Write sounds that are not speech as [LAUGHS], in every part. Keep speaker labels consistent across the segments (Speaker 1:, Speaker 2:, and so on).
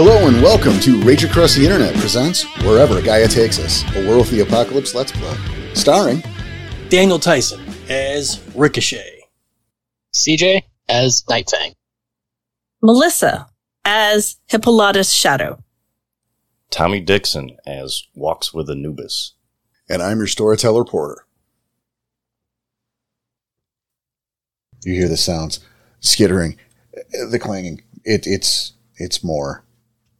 Speaker 1: and welcome to Rage Across the Internet presents Wherever Gaia Takes Us, a World of the Apocalypse Let's Play, starring
Speaker 2: Daniel Tyson as Ricochet.
Speaker 3: CJ as Nightfang.
Speaker 4: Melissa as Hippolytus Shadow.
Speaker 5: Tommy Dixon as Walks with Anubis.
Speaker 1: and I'm your storyteller Porter. You hear the sounds, skittering, uh, the clanging. It, it's it's more,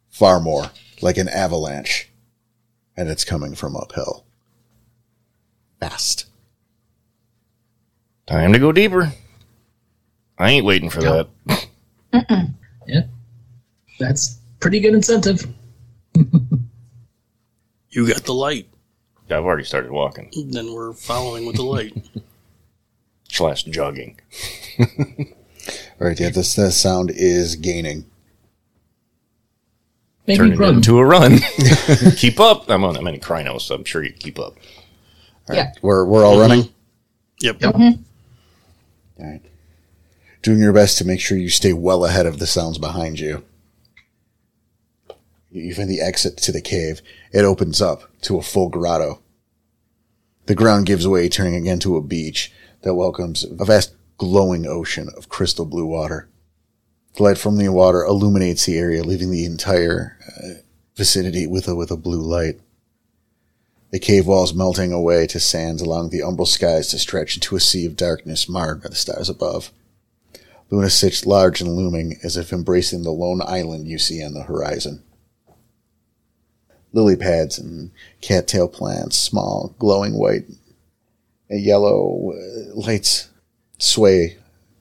Speaker 1: far more, like an avalanche, and it's coming from uphill. Fast.
Speaker 5: Time to go deeper. I ain't waiting for that.
Speaker 3: That's pretty good incentive.
Speaker 2: You got the light.
Speaker 5: I've already started walking
Speaker 2: Then we're following with the light.
Speaker 5: slash jogging.
Speaker 1: All right, yeah, this, this sound is gaining.
Speaker 3: Make
Speaker 5: Turn
Speaker 3: me
Speaker 5: it
Speaker 3: run.
Speaker 5: into
Speaker 3: [LAUGHS]
Speaker 5: a run. keep up. I'm on. I'm in Crino, so I'm sure you keep up.
Speaker 1: We're, we're all running.
Speaker 2: Yep.
Speaker 1: All right. Doing your best to make sure you stay well ahead of the sounds behind you. You find the exit to the cave. It opens up to a full grotto. The ground gives way, turning again to a beach that welcomes a vast glowing ocean of crystal blue water. The light from the water illuminates the area, leaving the entire uh, vicinity with a, with a blue light. The cave walls melting away to sands along the umbral skies to stretch into a sea of darkness marred by the stars above. Luna sits large and looming as if embracing the lone island you see on the horizon. Lily pads and cattail plants, small, glowing white and yellow uh, lights sway,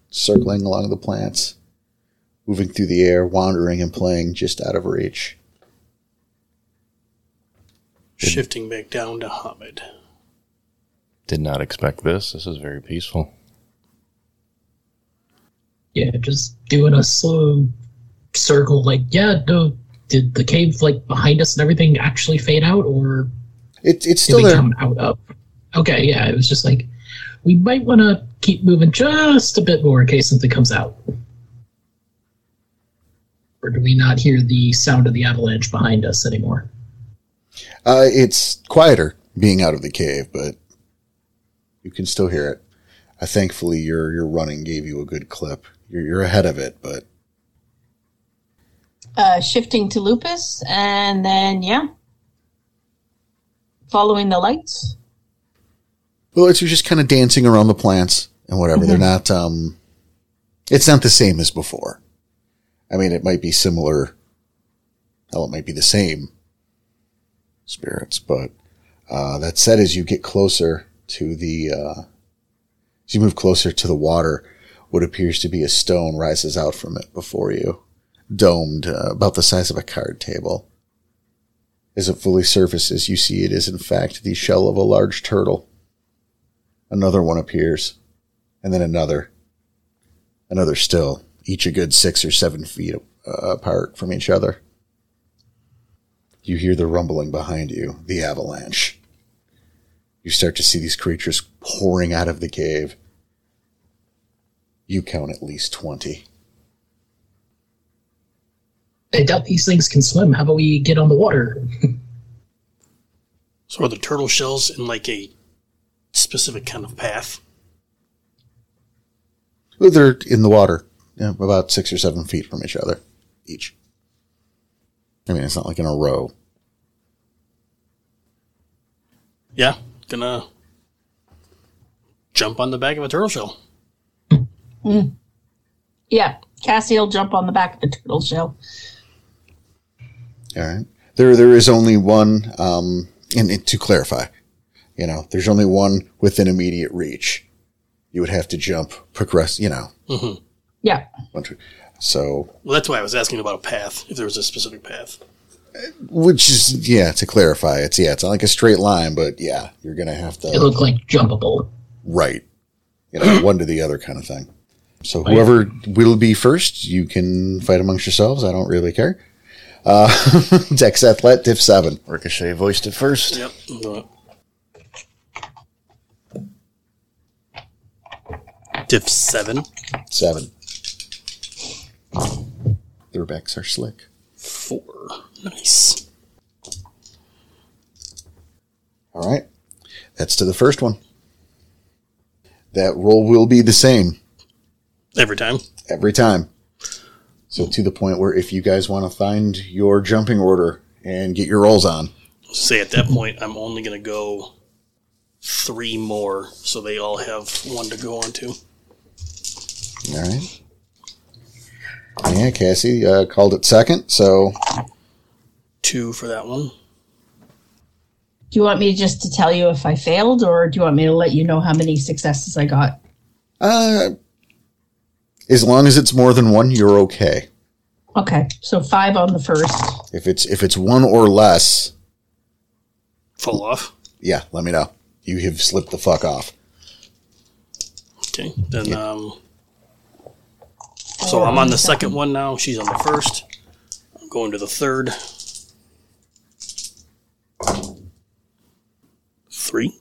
Speaker 1: circling along the plants, moving through the air, wandering and playing just out of reach.
Speaker 2: Shifting back down to Hamid.
Speaker 5: Did not expect this. This is very peaceful.
Speaker 3: Yeah, just doing a slow circle. Like, yeah, no. Did the cave like behind us and everything actually fade out, or
Speaker 1: It, it's
Speaker 3: did
Speaker 1: still
Speaker 3: we
Speaker 1: there.
Speaker 3: come out up? Okay, yeah. It was just like we might want to keep moving just a bit more in case something comes out. Or do we not hear the sound of the avalanche behind us anymore?
Speaker 1: Uh, it's quieter being out of the cave, but you can still hear it. Uh, thankfully, your your running gave you a good clip. You're, you're ahead of it, but
Speaker 6: uh, shifting to lupus and then yeah following the lights
Speaker 1: well, it's you're just kind of dancing around the plants and whatever. They're not. Um, it's not the same as before. I mean, it might be similar. Hell, it might be the same spirits, but uh, that said, as you get closer to the, uh, as you move closer to the water, what appears to be a stone rises out from it before you, domed uh, about the size of a card table. As it fully surfaces, you see it is in fact the shell of a large turtle. Another one appears, and then another, another still, each a good six or seven feet uh, apart from each other. You hear the rumbling behind you, the avalanche. You start to see these creatures pouring out of the cave. You count at least 20.
Speaker 3: I doubt these things can swim. How about we get on the water?
Speaker 2: So are the turtle shells in like a specific kind of path?
Speaker 1: They're in the water, yeah, about six or seven feet from each other, each. I mean, it's not like in a row.
Speaker 2: Yeah. Gonna jump on the back of a turtle shell.
Speaker 6: yeah cassie will jump on the back of the turtle shell
Speaker 1: All right. There, there is only one. Um, and, and to clarify, you know, there's only one within immediate reach. You would have to jump, progress. You know,
Speaker 6: yeah
Speaker 1: one, two. So,
Speaker 2: Well, that's why I was asking about a path, if there was a specific path.
Speaker 1: which is yeah. To clarify, it's yeah. It's not like a straight line, but yeah, you're gonna have
Speaker 3: It
Speaker 1: to
Speaker 3: looked like jumpable.
Speaker 1: right. You know, one to the other kind of thing. So whoever will be first, you can fight amongst yourselves. I don't really care. Uh, [LAUGHS] Dex Athlete, Div 7.
Speaker 5: Ricochet voiced it first.
Speaker 2: Yep. I'm doing it. Diff 7.
Speaker 1: Seven. Their backs are slick.
Speaker 2: 4.
Speaker 1: All right. That's to the first one. That roll will be the same
Speaker 2: Every time.
Speaker 1: every time. So to the point where if you guys want to find your jumping order and get your rolls on,
Speaker 2: Say at that point, I'm only going to go three more, so they all have one to go on to.
Speaker 1: all right. Yeah, Cassie uh, called it second, so
Speaker 2: Two for that one.
Speaker 6: Do you want me just to tell you if I failed, or do you want me to let you know how many successes I got?
Speaker 1: uh, as long as it's more than one, you're okay.
Speaker 6: Okay, so five on the first.
Speaker 1: If it's if it's one or less,
Speaker 2: Fall off.
Speaker 1: yeah, let me know. You have slipped the fuck off.
Speaker 2: Okay. Then, um, so I'm on the second one now. She's on the first. I'm going to the third. Three.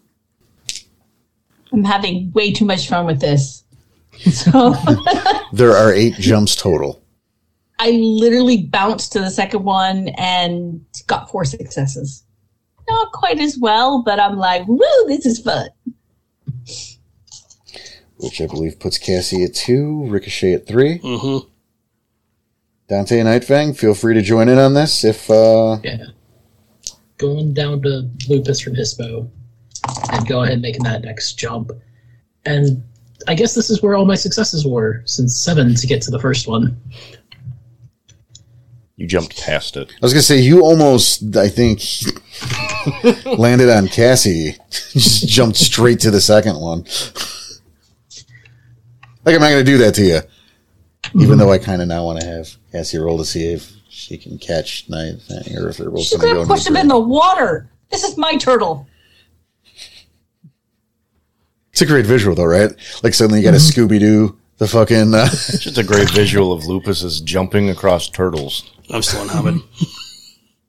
Speaker 6: I'm having way too much fun with this. [LAUGHS] So
Speaker 1: There are eight jumps total.
Speaker 6: I literally bounced to the second one and got four successes. Not quite as well, but I'm like, woo, this is fun.
Speaker 1: which I believe puts Cassie at two, Ricochet at three.
Speaker 2: Mm-hmm.
Speaker 1: Dante and Nightfang, feel free to join in on this if uh,
Speaker 3: Yeah. Going down to Lupus from Hispo and go ahead making that next jump. And I guess this is where all my successes were, since seven to get to the first one.
Speaker 5: You jumped past it.
Speaker 1: I was gonna say you almost, I think, [LAUGHS] landed on Cassie. [LAUGHS] Just jumped straight to the second one. like I'm not gonna do that to you, even though I kind of now want to have Cassie roll to see if she can catch Nightfang or if they're both
Speaker 6: She's
Speaker 1: gonna go
Speaker 6: gonna push
Speaker 1: into
Speaker 6: him in the water. This is my turtle.
Speaker 1: It's a great visual though, right? Like suddenly you got a
Speaker 6: Mm-hmm.
Speaker 1: Scooby Doo, the fucking. Uh,
Speaker 5: It's just a great visual of Lupus is jumping across turtles.
Speaker 2: I'm still on Hamid.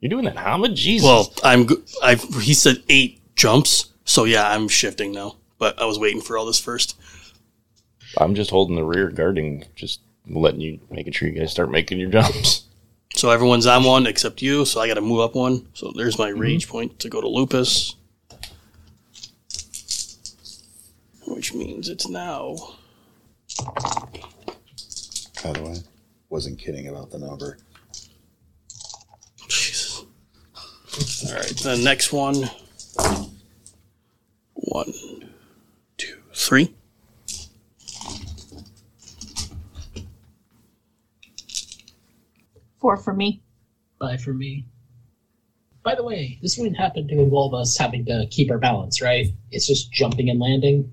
Speaker 5: You're doing that, Hamid? Jesus.
Speaker 2: well, I'm. g- I've. He said eight jumps. So yeah, I'm shifting now. But I was waiting for all this first.
Speaker 5: I'm just holding the rear, guarding, just letting you, making sure you guys start making your jumps.
Speaker 2: So everyone's on one except you. So I got to move up one. So there's my rage point to go to Lupus, which means it's now
Speaker 1: by the way, wasn't kidding about the number.
Speaker 2: Jesus. All right, the next one. One, two, three.
Speaker 6: Four for me.
Speaker 3: Bye for me. By the way, this wouldn't happen to involve us having to keep our balance, right? It's just jumping and landing.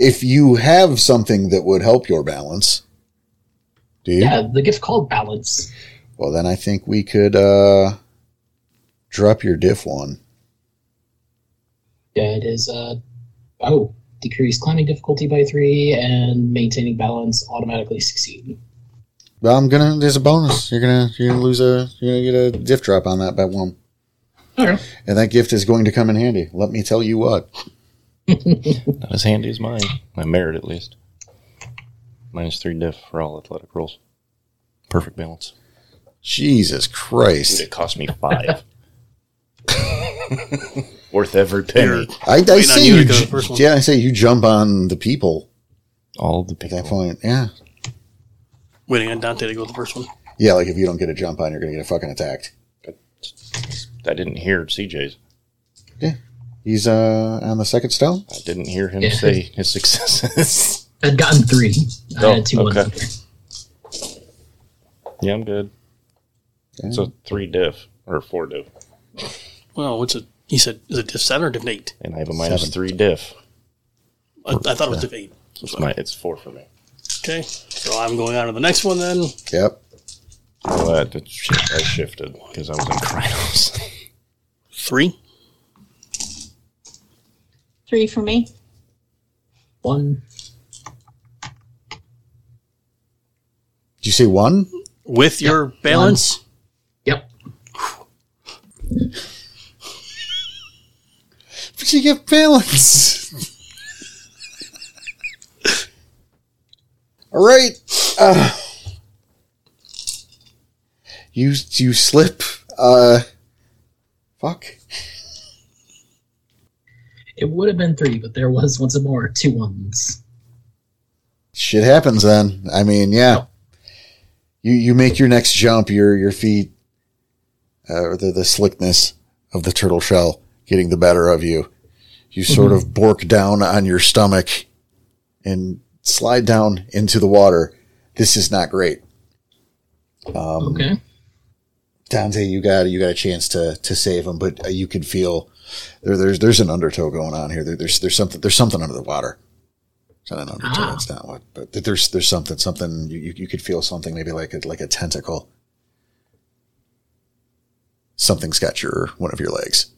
Speaker 1: if you have something that would help your balance, do you?
Speaker 3: Yeah, the gift called balance.
Speaker 1: Well, then I think we could uh, drop your diff one.
Speaker 3: Yeah, it is. Uh, oh, decrease climbing difficulty by three and maintaining balance automatically succeed.
Speaker 1: Well, I'm gonna. There's a bonus. You're gonna. You're gonna lose a. You're gonna get a diff drop on that by one,
Speaker 3: Okay.
Speaker 1: and that gift is going to come in handy. Let me tell you what.
Speaker 5: Not as handy as mine. My merit, at least. Minus three diff for all athletic rolls. Perfect balance.
Speaker 1: Jesus Christ!
Speaker 5: It cost me five. [LAUGHS] Worth every penny.
Speaker 2: You're-
Speaker 1: I, I
Speaker 2: Wait, no,
Speaker 1: say
Speaker 2: you
Speaker 1: you.
Speaker 2: go
Speaker 1: ju-
Speaker 2: first one.
Speaker 1: yeah, I say you jump on the people
Speaker 5: All the
Speaker 1: at that
Speaker 5: people.
Speaker 1: point. Yeah,
Speaker 2: waiting on Dante to go to the first one.
Speaker 1: yeah. Like if you don't get a jump on, you're gonna get fucking attacked.
Speaker 5: I didn't hear CJ's.
Speaker 1: He's uh on the second stone.
Speaker 5: I didn't hear him
Speaker 3: Yeah.
Speaker 5: say his successes.
Speaker 3: I'd gotten three. I
Speaker 5: Oh,
Speaker 3: had two ones
Speaker 5: okay.
Speaker 3: up there.
Speaker 5: [LAUGHS] yeah, I'm good. It's a three diff or four diff,
Speaker 2: Well, what's it? He said, is it diff seven or diff eight?
Speaker 5: and I have a minus
Speaker 1: Seven.
Speaker 5: three diff.
Speaker 2: I, I thought it was diff eight.
Speaker 5: It's, my, it's four for me.
Speaker 2: Okay, so I'm going on to the next one then.
Speaker 1: Yep.
Speaker 5: Well, that, that shift, I shifted because I was in [LAUGHS] Krynos.
Speaker 2: Three.
Speaker 6: Three for me.
Speaker 3: One.
Speaker 1: Did you say one?
Speaker 2: With your balance,
Speaker 3: Yep.
Speaker 1: But you get balance. [LAUGHS] All right. Uh, you you slip. Uh, fuck.
Speaker 3: It would have been three, but there was once more two ones.
Speaker 1: Shit happens then. I mean, yeah. You you make your next jump, your your feet uh, or the, the slickness of the turtle shell getting the better of you. You sort of bork down on your stomach and slide down into the water. This is not great. Um,
Speaker 3: Okay.
Speaker 1: Dante, you got you got a chance to to save him, but uh, you could feel there, there's there's an undertow going on here. There, there's there's something there's something under the water. It's not an undertow.
Speaker 3: Ah.
Speaker 1: It's not what, but th- there's there's something something you, you, you could feel something maybe like a, like a tentacle. Something's got your one of your legs.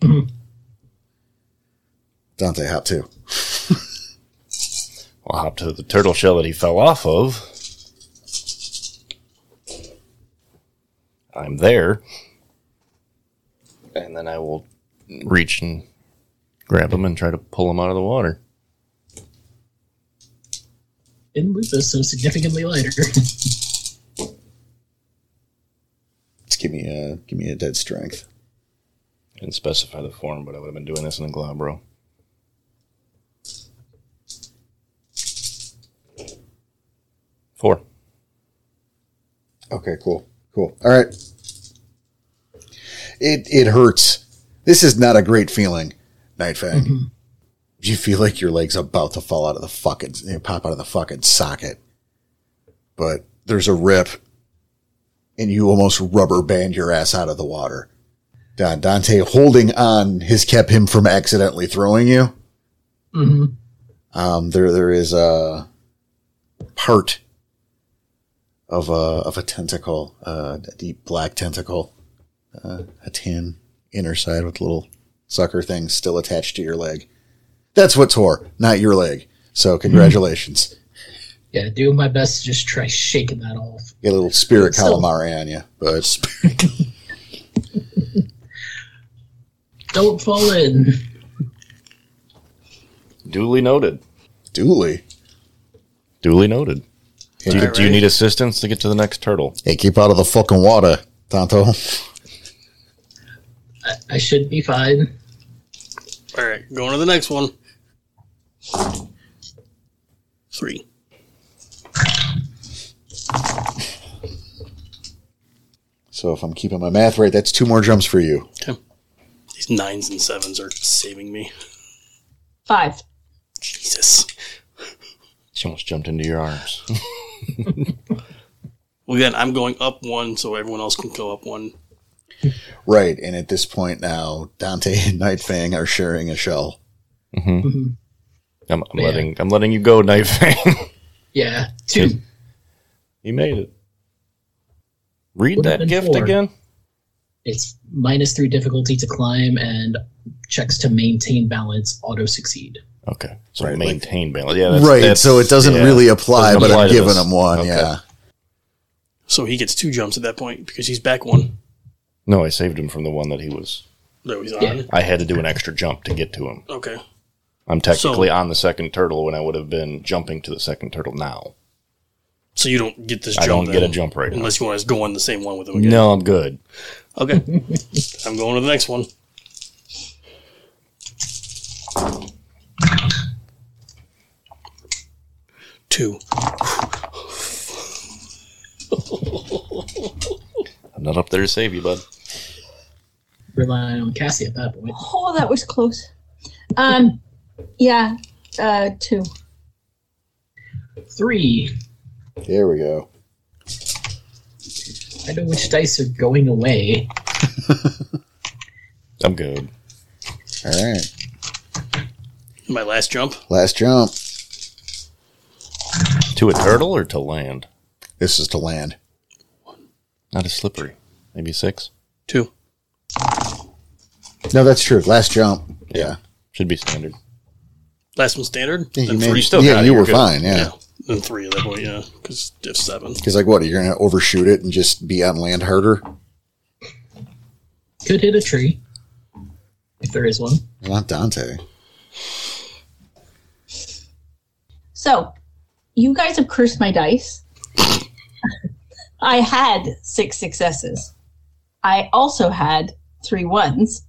Speaker 3: Mhm.
Speaker 1: Dante, hop too.
Speaker 5: I'll hop to the turtle shell that he fell off of. I'm there. And then I will reach and grab him and try to pull him out of the water.
Speaker 3: In lupus, so significantly lighter. [LAUGHS]
Speaker 1: Just give me a give me a dead strength.
Speaker 5: Didn't specify the form, but I would have been doing this in the glabro. Four.
Speaker 1: Okay, cool. Cool. All right. It it hurts. This is not a great feeling, Nightfang. You feel like your leg's about to fall out of the fucking you know, pop out of the fucking socket. But there's a rip and you almost rubber band your ass out of the water. Don Dante holding on has kept him from accidentally throwing you.
Speaker 3: hmm
Speaker 1: Um, there, there is a part of a of a tentacle, uh, a deep black tentacle, uh, a tan inner side with little sucker things still attached to your leg. That's what tore, not your leg. So congratulations,
Speaker 3: Yeah, doing my best to just try shaking that off.
Speaker 1: get a little spirit
Speaker 3: So-
Speaker 1: calamari on you, but
Speaker 3: Don't fall in.
Speaker 5: Duly noted.
Speaker 1: duly.
Speaker 5: Duly noted. Do you,
Speaker 2: Alright.
Speaker 5: do you need assistance to get to the next turtle?
Speaker 1: Hey, keep out of the fucking water, Tonto.
Speaker 3: I, I should be fine.
Speaker 2: All right, going to the next one. Three.
Speaker 1: So if I'm keeping my math right, that's two more jumps for you.
Speaker 2: These nines and sevens are saving me.
Speaker 6: Five.
Speaker 2: Jesus.
Speaker 5: She almost jumped into your arms.
Speaker 2: Well, then I'm going up one so everyone else can go up one.
Speaker 1: Right, and at this point now, Dante and Nightfang are sharing a shell.
Speaker 5: I'm, I'm
Speaker 3: Yeah.
Speaker 5: letting I'm letting you go, [LAUGHS] Nightfang.
Speaker 3: Yeah, two.
Speaker 5: you made it. Read
Speaker 3: Would've
Speaker 5: that
Speaker 3: been
Speaker 5: gift
Speaker 3: four.
Speaker 5: again.
Speaker 3: It's minus three difficulty to climb and checks to maintain balance auto succeed.
Speaker 5: Okay, so
Speaker 1: Right, like-
Speaker 5: maintain balance. Yeah, that's,
Speaker 1: right,
Speaker 5: that's-
Speaker 1: so it doesn't
Speaker 5: yeah.
Speaker 1: really apply,
Speaker 5: Doesn't
Speaker 1: but
Speaker 5: apply
Speaker 1: I'm
Speaker 5: to
Speaker 1: giving
Speaker 5: this.
Speaker 1: him one.
Speaker 5: Okay.
Speaker 1: Yeah,
Speaker 2: So he gets two jumps at that point because he's back one.
Speaker 5: No, I saved him from the one that he was.
Speaker 2: There he's on.
Speaker 3: Yeah.
Speaker 5: I had to do an extra jump to get to him.
Speaker 2: Okay.
Speaker 5: I'm technically on the second turtle when I would have been jumping to the second turtle now.
Speaker 2: So you don't get this
Speaker 5: I
Speaker 2: jump.
Speaker 5: don't get a
Speaker 2: then,
Speaker 5: jump right now.
Speaker 2: Unless you want to go on the same one with him again.
Speaker 5: No, I'm good.
Speaker 2: Okay.
Speaker 5: [LAUGHS]
Speaker 2: I'm going to the next one. Two.
Speaker 5: I'm not up there to save you, bud.
Speaker 3: Relying on Cassie at that point.
Speaker 6: Oh, that was close. Um, yeah, uh, two.
Speaker 3: Three.
Speaker 1: there we go.
Speaker 3: I know which dice are going away.
Speaker 5: I'm good.
Speaker 1: All right,
Speaker 2: My last jump.
Speaker 1: last jump.
Speaker 5: To a turtle or to land?
Speaker 1: This is to land.
Speaker 5: Not as slippery. Maybe six.
Speaker 2: Two.
Speaker 1: No, that's true. Last jump. Yeah,
Speaker 5: Should be standard.
Speaker 2: Last one standard.
Speaker 1: yeah, you,
Speaker 2: then
Speaker 1: made-
Speaker 2: three.
Speaker 5: still
Speaker 1: yeah,
Speaker 5: got it,
Speaker 1: you
Speaker 5: you're
Speaker 1: were
Speaker 5: good.
Speaker 1: fine.
Speaker 2: Yeah.
Speaker 1: Yeah,
Speaker 2: Then three at that point, yeah. Because diff seven.
Speaker 1: because like, what are you going to overshoot it and just be on land harder?
Speaker 3: Could hit a tree. If there is one.
Speaker 1: Not Dante.
Speaker 6: So, you guys have cursed my dice. I had six successes. I also had three ones.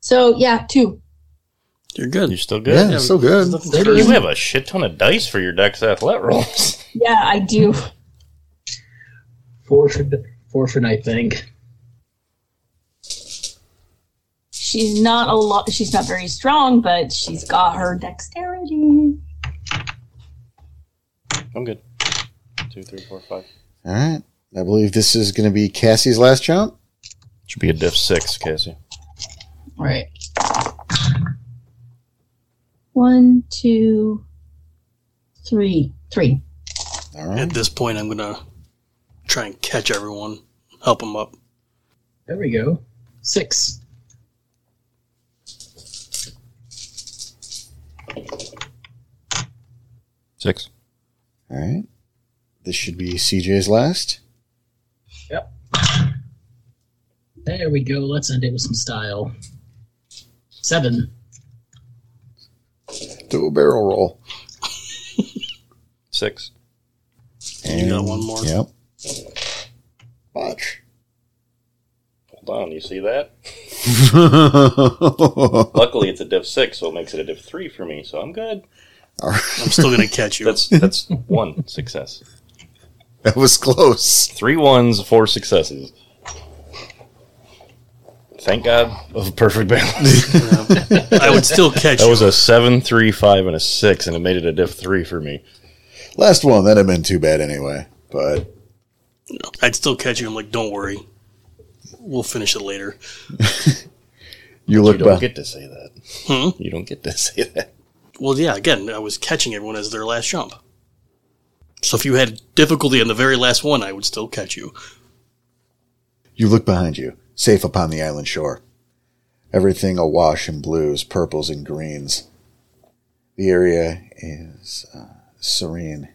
Speaker 6: So yeah, two.
Speaker 2: You're good.
Speaker 5: You're still good.
Speaker 1: Yeah, so good.
Speaker 2: Nothing
Speaker 3: They
Speaker 2: to
Speaker 5: You
Speaker 2: hurt.
Speaker 5: have a shit ton of dice for your dex athlet rolls.
Speaker 6: Yeah, I do.
Speaker 3: Four for four for night thing.
Speaker 6: She's not a lot. She's not very strong, but she's got her dexterity.
Speaker 5: I'm good. Two, three, four, five.
Speaker 1: All right. I believe this is going to be Cassie's last jump.
Speaker 5: Should be a diff six, Cassie.
Speaker 6: Right. One, two, three, three.
Speaker 1: All
Speaker 2: At
Speaker 1: right.
Speaker 2: this point, I'm gonna try and catch everyone, help them up.
Speaker 3: There we go. Six.
Speaker 5: Six.
Speaker 1: All right. This should be CJ's last.
Speaker 3: There we go. Let's end it with some style. Seven.
Speaker 1: Do a barrel roll.
Speaker 5: Six.
Speaker 2: You got one more?
Speaker 1: Yep. Watch.
Speaker 5: Hold on, you see that?
Speaker 1: [LAUGHS] All
Speaker 5: Luckily, it's a div six, so it makes it a div three for me. So I'm good.
Speaker 1: right.
Speaker 2: I'm
Speaker 1: [LAUGHS]
Speaker 2: still gonna catch you.
Speaker 5: That's that's [LAUGHS] one success.
Speaker 1: That was close.
Speaker 5: Three ones, four successes. Thank God of perfect balance.
Speaker 2: I
Speaker 1: [LAUGHS]
Speaker 2: would still catch
Speaker 5: [LAUGHS] that
Speaker 2: you.
Speaker 5: was a seven, three, five, and a six, and it made it a div three for me.
Speaker 1: Last one. That'd have been too bad anyway. But
Speaker 2: I'd still catch you. I'm like, don't worry, we'll finish it later.
Speaker 1: you
Speaker 5: You
Speaker 1: look
Speaker 5: don't
Speaker 1: back.
Speaker 5: get to say that.
Speaker 2: Hmm?
Speaker 5: You don't get to [LAUGHS] say that.
Speaker 2: Well, yeah. Again, I was catching everyone as their last jump. So if you had difficulty on the very last one, I would still catch you.
Speaker 1: You look behind you, safe upon the island shore. Everything awash in blues, purples, and greens. The area is uh, serene,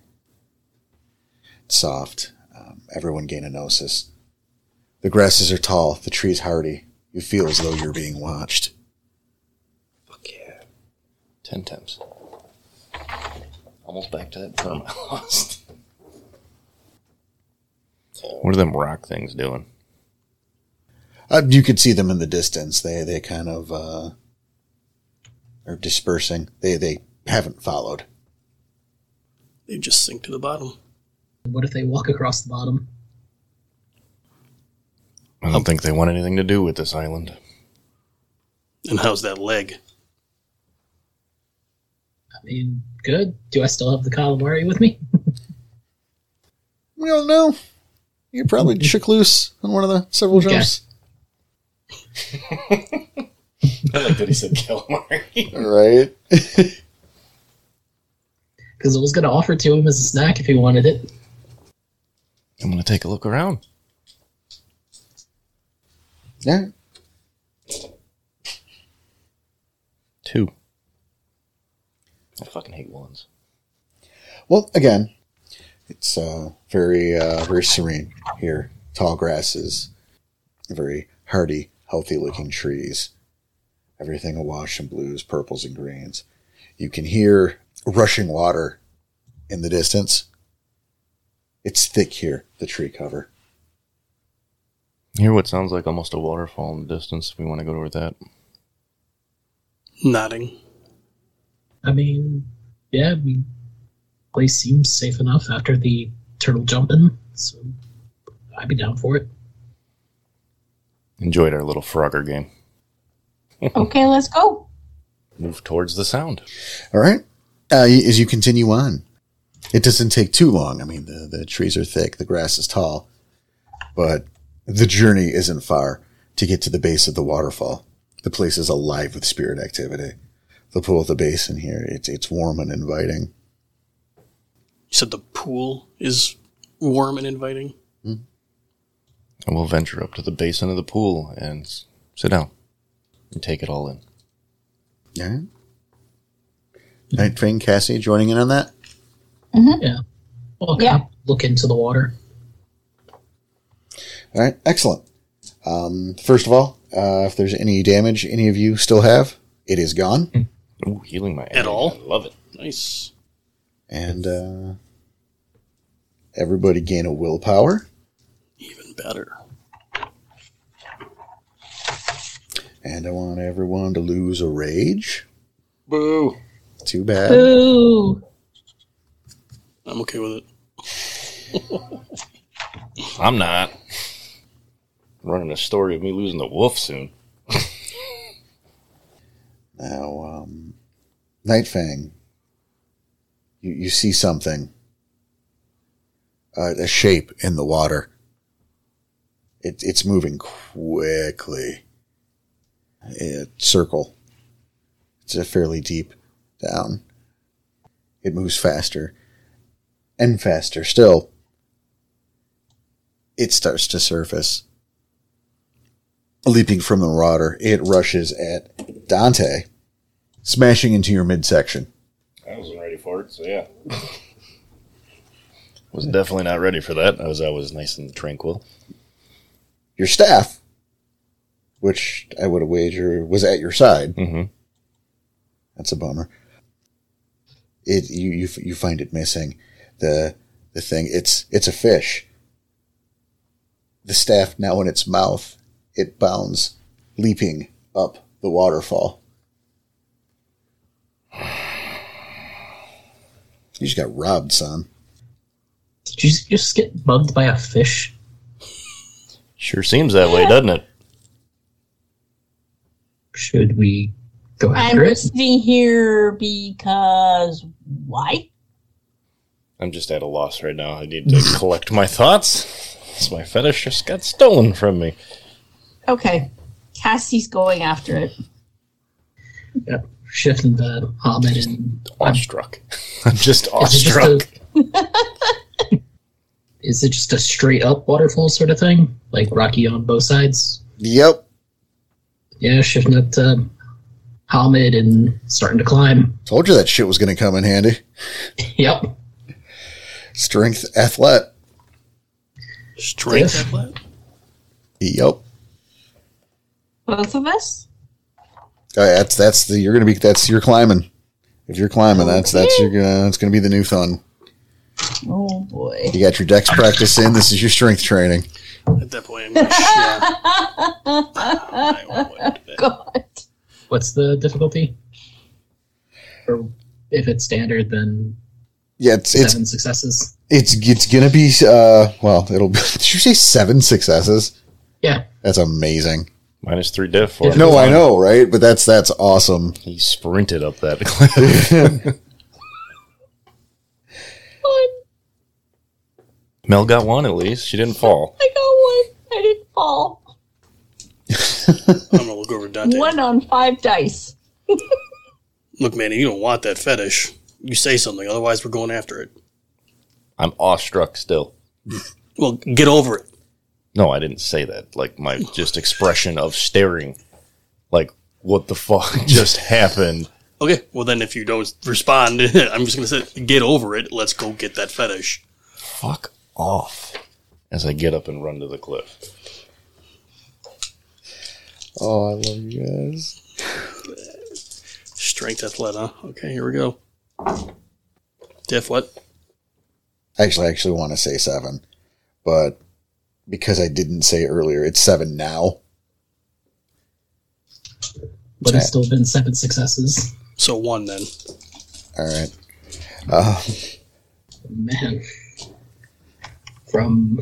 Speaker 1: soft. Um, everyone gain a gnosis. The grasses are tall, the trees hardy. You feel as though you're being watched.
Speaker 5: Ten times. Almost back to that term I lost. What are them rock things doing?
Speaker 1: Uh, you could see them in the distance. They they kind of uh, are dispersing. They they haven't followed.
Speaker 2: They just sink to the bottom.
Speaker 3: What if they walk across the bottom?
Speaker 5: I don't think they want anything to do with this island.
Speaker 2: And how's that leg?
Speaker 3: I mean, good. Do I still have the calamari with me? [LAUGHS]
Speaker 1: We don't know. You're probably shook loose on one of the several
Speaker 3: Okay.
Speaker 1: jumps.
Speaker 5: I like that he said calamari.
Speaker 1: Right?
Speaker 3: Because I was going to offer it to him as a snack if he wanted it.
Speaker 5: [LAUGHS] I'm gonna take a look around.
Speaker 1: Yeah.
Speaker 5: Two. I fucking hate ones.
Speaker 1: Well, again, it's uh, very, uh, very serene here. Tall grasses, very hardy, healthy-looking trees. Everything awash in blues, purples, and greens. You can hear rushing water in the distance. It's thick here, the tree cover.
Speaker 5: Hear what sounds like almost a waterfall in the distance. We want to go toward that.
Speaker 2: Nodding.
Speaker 3: I mean, yeah, we place seems safe enough after the turtle jumping, so I'd be down for it.
Speaker 5: Enjoyed our little Frogger game.
Speaker 6: Okay, let's go.
Speaker 5: Move towards the sound.
Speaker 1: All right. Uh, y- as you continue on, it doesn't take too long. I mean, the, the trees are thick, the grass is tall, but the journey isn't far to get to the base of the waterfall. The place is alive with spirit activity. The pool at the basin here, it's, it's warm and inviting.
Speaker 2: You said the pool is warm and inviting.
Speaker 5: And we'll venture up to the basin of the pool and s- sit down and take it all in.
Speaker 1: Yeah. Night Fang Cassie joining in on that?
Speaker 3: Yeah. Walk
Speaker 6: Yeah.
Speaker 3: up, look into the water.
Speaker 1: All right. Excellent. Um, first of all, uh, if there's any damage any of you still have, it is gone.
Speaker 5: Ooh, healing my
Speaker 2: At all?
Speaker 5: I love it.
Speaker 2: Nice.
Speaker 1: and uh, everybody gain a willpower,
Speaker 2: Even better.
Speaker 1: And I want everyone to lose a rage.
Speaker 2: Boo.
Speaker 1: Too bad.
Speaker 6: Boo.
Speaker 2: I'm okay with it.
Speaker 5: I'm not. running a story of me losing the wolf soon.
Speaker 1: Now, um, Nightfang, you, you see something. Uh, a shape in the water. It, it's moving quickly. A circle. It's a fairly deep down. It moves faster and faster still. It starts to surface. Leaping from the water, it rushes at Dante, smashing into your midsection.
Speaker 5: I wasn't ready for it, so yeah. [LAUGHS] was definitely not ready for that. I was always nice and tranquil.
Speaker 1: Your staff, which I would wager was at your side.
Speaker 5: Mm-hmm.
Speaker 1: That's a bummer. It you you you find it missing the the thing. It's it's a fish. The staff now in its mouth. It bounds, leaping up the waterfall. You just got robbed, son.
Speaker 3: Did you just get mugged by a fish?
Speaker 5: Sure seems that way, doesn't it?
Speaker 3: Should we go
Speaker 6: And
Speaker 3: after
Speaker 6: we're
Speaker 3: it?
Speaker 6: sitting here because why?
Speaker 5: I'm just at a loss right now. I need to
Speaker 2: [LAUGHS]
Speaker 5: collect my thoughts. It's my fetish just got stolen from me.
Speaker 6: Okay. Cassie's going after it.
Speaker 3: Yeah. Shifting the hobbit and
Speaker 5: Awestruck.
Speaker 2: [LAUGHS]
Speaker 5: I'm just
Speaker 3: is it,
Speaker 5: awestruck.
Speaker 3: just a, [LAUGHS] is it just a straight up waterfall sort of thing? Like rocky on both sides?
Speaker 1: Yep.
Speaker 3: Yeah, shifting up to Hamid and starting to climb.
Speaker 1: Told you that shit was going to come in handy.
Speaker 3: Yep.
Speaker 1: Strength athlete.
Speaker 2: Strength
Speaker 3: Yes.
Speaker 2: athlete?
Speaker 1: Yep.
Speaker 6: Both of us?
Speaker 1: Uh, that's that's the you're gonna be that's your climbing. If you're climbing, that's that's your uh, that's gonna be the new fun.
Speaker 6: Oh boy.
Speaker 1: You got your dex practice in. This is your strength training.
Speaker 2: At that point, I'm gonna shit. I wouldn't do
Speaker 5: [LAUGHS]
Speaker 2: that.
Speaker 6: [LAUGHS] God.
Speaker 3: What's the difficulty? Or if it's standard, then
Speaker 1: Yeah, it's it's
Speaker 3: seven successes.
Speaker 1: it's it's gonna be uh well it'll be, [LAUGHS] did you say seven successes?
Speaker 3: Yeah.
Speaker 1: That's amazing.
Speaker 5: Minus three diff
Speaker 2: [LAUGHS]
Speaker 5: for it.
Speaker 1: No, I know, right? But that's that's awesome. [LAUGHS] Oh,
Speaker 5: He sprinted up that [LAUGHS] cliff.
Speaker 6: One.
Speaker 5: Mel got one at least. She didn't fall.
Speaker 6: I got one. I didn't fall.
Speaker 2: I'm gonna look over to Dante.
Speaker 6: One on five dice.
Speaker 2: Look, man, you don't want that fetish. You say something, otherwise we're going after it.
Speaker 5: I'm awestruck still.
Speaker 2: Well, get over it.
Speaker 5: No, I didn't say that.
Speaker 6: [LAUGHS]
Speaker 5: Like my just expression of staring. Like what the fuck [LAUGHS] just happened?
Speaker 2: Okay, well then, if you don't respond, [LAUGHS] I'm just gonna say, get over it. Let's go get that fetish.
Speaker 5: Fuck off. As I get up and run to the cliff.
Speaker 1: Oh, I love you guys.
Speaker 2: Strength athlete, huh? Okay, here we go. Diff, what?
Speaker 1: Actually, I actually want to say seven, but because I didn't say earlier, it's seven now.
Speaker 3: But it's still been seven successes.
Speaker 2: So one then.
Speaker 1: All right. Uh,
Speaker 3: Man. From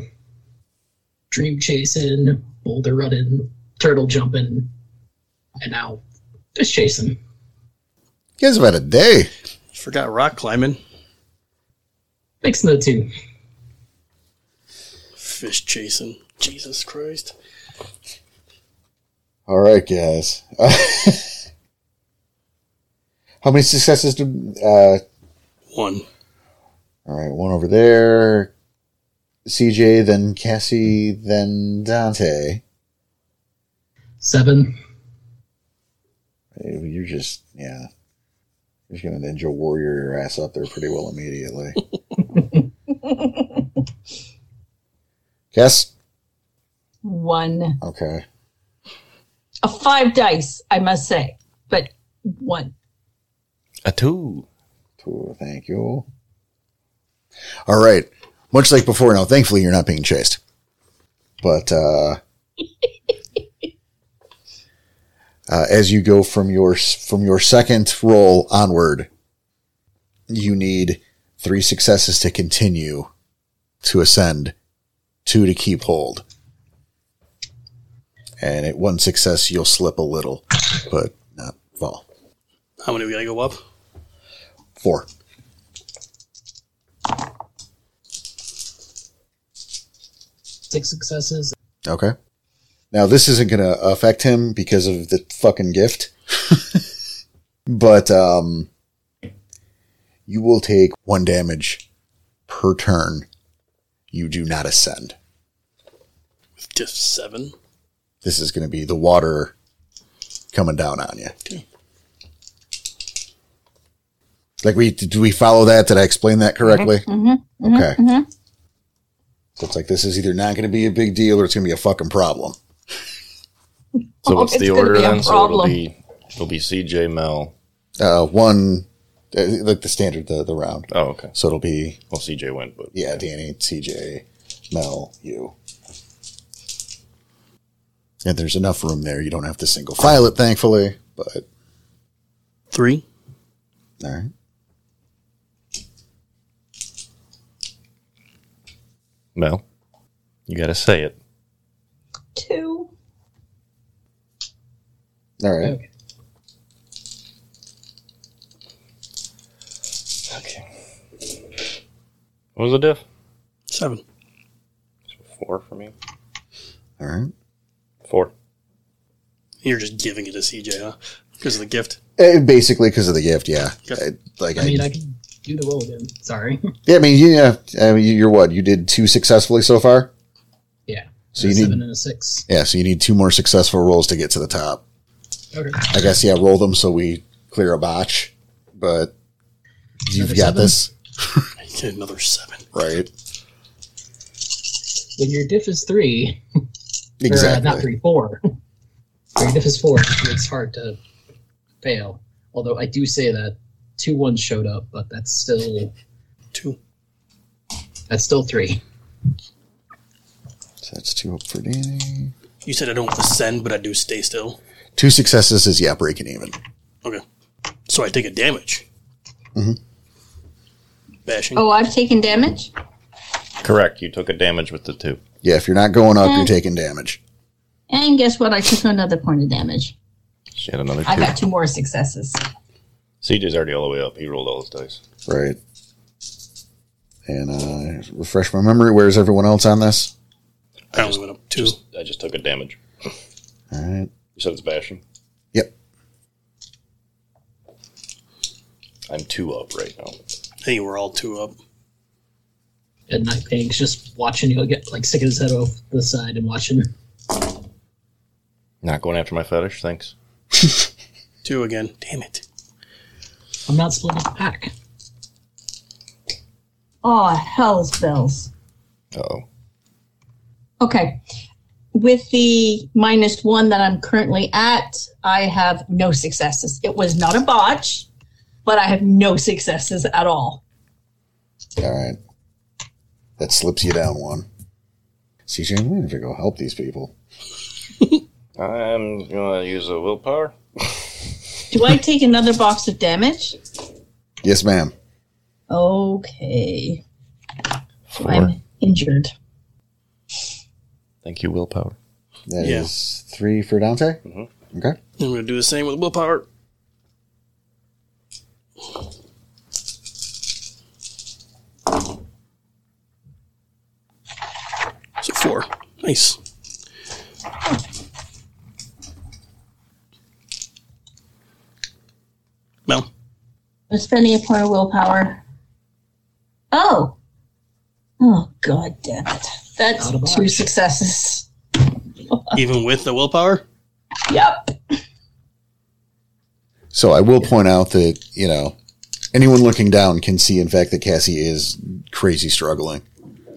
Speaker 3: dream chasing, boulder running, turtle jumping, and now just chasing.
Speaker 1: you guys have had a day.
Speaker 2: Forgot rock climbing,
Speaker 3: Mixing the two.
Speaker 2: fish chasing. Jesus Christ!
Speaker 1: All right, guys. [LAUGHS] How many successes do? Uh,
Speaker 2: One.
Speaker 1: all right, one over there. CJ, then Cassie, then Dante.
Speaker 3: Seven.
Speaker 1: Hey, You're just yeah. You're just gonna ninja warrior your ass up there pretty well immediately. Cass.
Speaker 6: One.
Speaker 1: Okay.
Speaker 6: A five dice, I must say. But one.
Speaker 5: A two.
Speaker 1: Cool, thank you. All right. Much like before now, thankfully you're not being chased. But uh Uh, as you go from your from your second roll onward, you need three successes to continue to ascend, two to keep hold, and at one success you'll slip a little, but not fall.
Speaker 2: How many we gotta go up?
Speaker 1: Four.
Speaker 3: Six successes.
Speaker 1: Okay. Now this isn't going to affect him because of the fucking
Speaker 6: [LAUGHS]
Speaker 1: gift. but um you will take 1 damage per turn. You do not ascend.
Speaker 2: With diff seven.
Speaker 1: This is going to be the water coming down on you.
Speaker 2: Okay.
Speaker 1: Like we did we follow that? Did I explain that correctly?
Speaker 6: Mm-hmm.
Speaker 1: Okay. So it's like this is either not going to be a big deal or it's going to be a fucking problem.
Speaker 5: So what's
Speaker 6: Um, It's
Speaker 5: the
Speaker 6: gonna
Speaker 5: order
Speaker 6: be a
Speaker 5: then? So it'll
Speaker 6: problem.
Speaker 5: be it'll be CJ Mel.
Speaker 1: Uh, one, uh, like the standard the the round.
Speaker 5: Oh, okay.
Speaker 1: So it'll be
Speaker 5: Well, CJ went, but
Speaker 1: yeah, Danny, CJ, Mel, you. And there's enough room there. You don't have to single file it, thankfully. But
Speaker 2: Three.
Speaker 1: all right,
Speaker 5: Mel, you got to say it.
Speaker 6: Two.
Speaker 1: all right.
Speaker 3: Okay.
Speaker 5: Okay. What was the diff?
Speaker 2: Seven.
Speaker 5: Four for me.
Speaker 1: All right.
Speaker 5: Four.
Speaker 2: You're just giving it to CJ, huh? Because of the gift.
Speaker 1: Eh, basically, because of the gift, yeah.
Speaker 2: Yep.
Speaker 1: Eh, Like,
Speaker 3: I mean, I can do the roll again. Sorry. [LAUGHS]
Speaker 1: yeah, I mean, yeah. I mean, you're what you did two successfully so far.
Speaker 3: yeah.
Speaker 1: So
Speaker 3: a
Speaker 1: you need-
Speaker 3: seven and a six.
Speaker 1: Yeah, so you need two more successful rolls to get to the top.
Speaker 3: Okay.
Speaker 1: I guess yeah, roll them so we clear a botch. But you've
Speaker 3: Another
Speaker 1: got
Speaker 3: seven?
Speaker 1: this
Speaker 2: I get another seven.
Speaker 1: right.
Speaker 3: When your diff is three,
Speaker 1: Exactly.
Speaker 3: or, uh, not three, four. [LAUGHS] Your diff is four. It's hard to fail. Although I do say that two ones showed up, but that's still
Speaker 2: Two.
Speaker 3: that's still three.
Speaker 1: So that's two up for Danny.
Speaker 2: You said I don't ascend, but I do stay still.
Speaker 1: Two successes is yeah, breaking even.
Speaker 2: Okay. So I take a damage.
Speaker 1: Mhm.
Speaker 2: Bashing.
Speaker 6: Oh, I've taken damage.
Speaker 5: Correct. You took a damage with the two.
Speaker 1: Yeah, if you're not going up, you're
Speaker 6: Mm.
Speaker 1: taking damage.
Speaker 6: And guess what? I took another point of damage.
Speaker 5: She had another two.
Speaker 6: I got two more successes.
Speaker 5: CJ's already all the way up. He rolled all his dice.
Speaker 1: Right. And uh, refresh my memory. Where's everyone else on this?
Speaker 2: I only went up two.
Speaker 5: Just, I just took a damage.
Speaker 1: All right.
Speaker 5: You said it's bashing.
Speaker 1: Yep.
Speaker 5: I'm two up right now.
Speaker 2: I think we're all two up.
Speaker 3: And Night Pink's just watching you get like sticking his head off the side and watching.
Speaker 5: Not going after my fetish. Thanks.
Speaker 2: Two again. Damn it.
Speaker 3: I'm not splitting the pack.
Speaker 6: Oh, hell's bells.
Speaker 5: Oh,
Speaker 6: Okay. With the minus one that I'm currently at, I have no successes. It was not a botch, but I have no successes at all.
Speaker 1: All right. That slips you down one. CJ, I'm going to go help these people.
Speaker 5: I'm gonna use a willpower.
Speaker 6: Do I take another box of damage?
Speaker 1: Yes, ma'am.
Speaker 6: Okay.
Speaker 5: Four.
Speaker 6: I'm injured.
Speaker 5: Thank you, willpower.
Speaker 1: That is
Speaker 2: Yeah.
Speaker 1: three for Dante.
Speaker 5: Mhm.
Speaker 1: Okay.
Speaker 2: I'm going to do the same with willpower. So four. Nice. Mel,
Speaker 6: I'm spending a point of willpower. Oh. Oh, god damn it. That's
Speaker 3: Out of
Speaker 6: two
Speaker 3: box.
Speaker 6: successes.
Speaker 2: even with the willpower?
Speaker 6: Yep.
Speaker 1: So I will point out that, you know, anyone looking down can see, in fact, that Cassie is crazy struggling.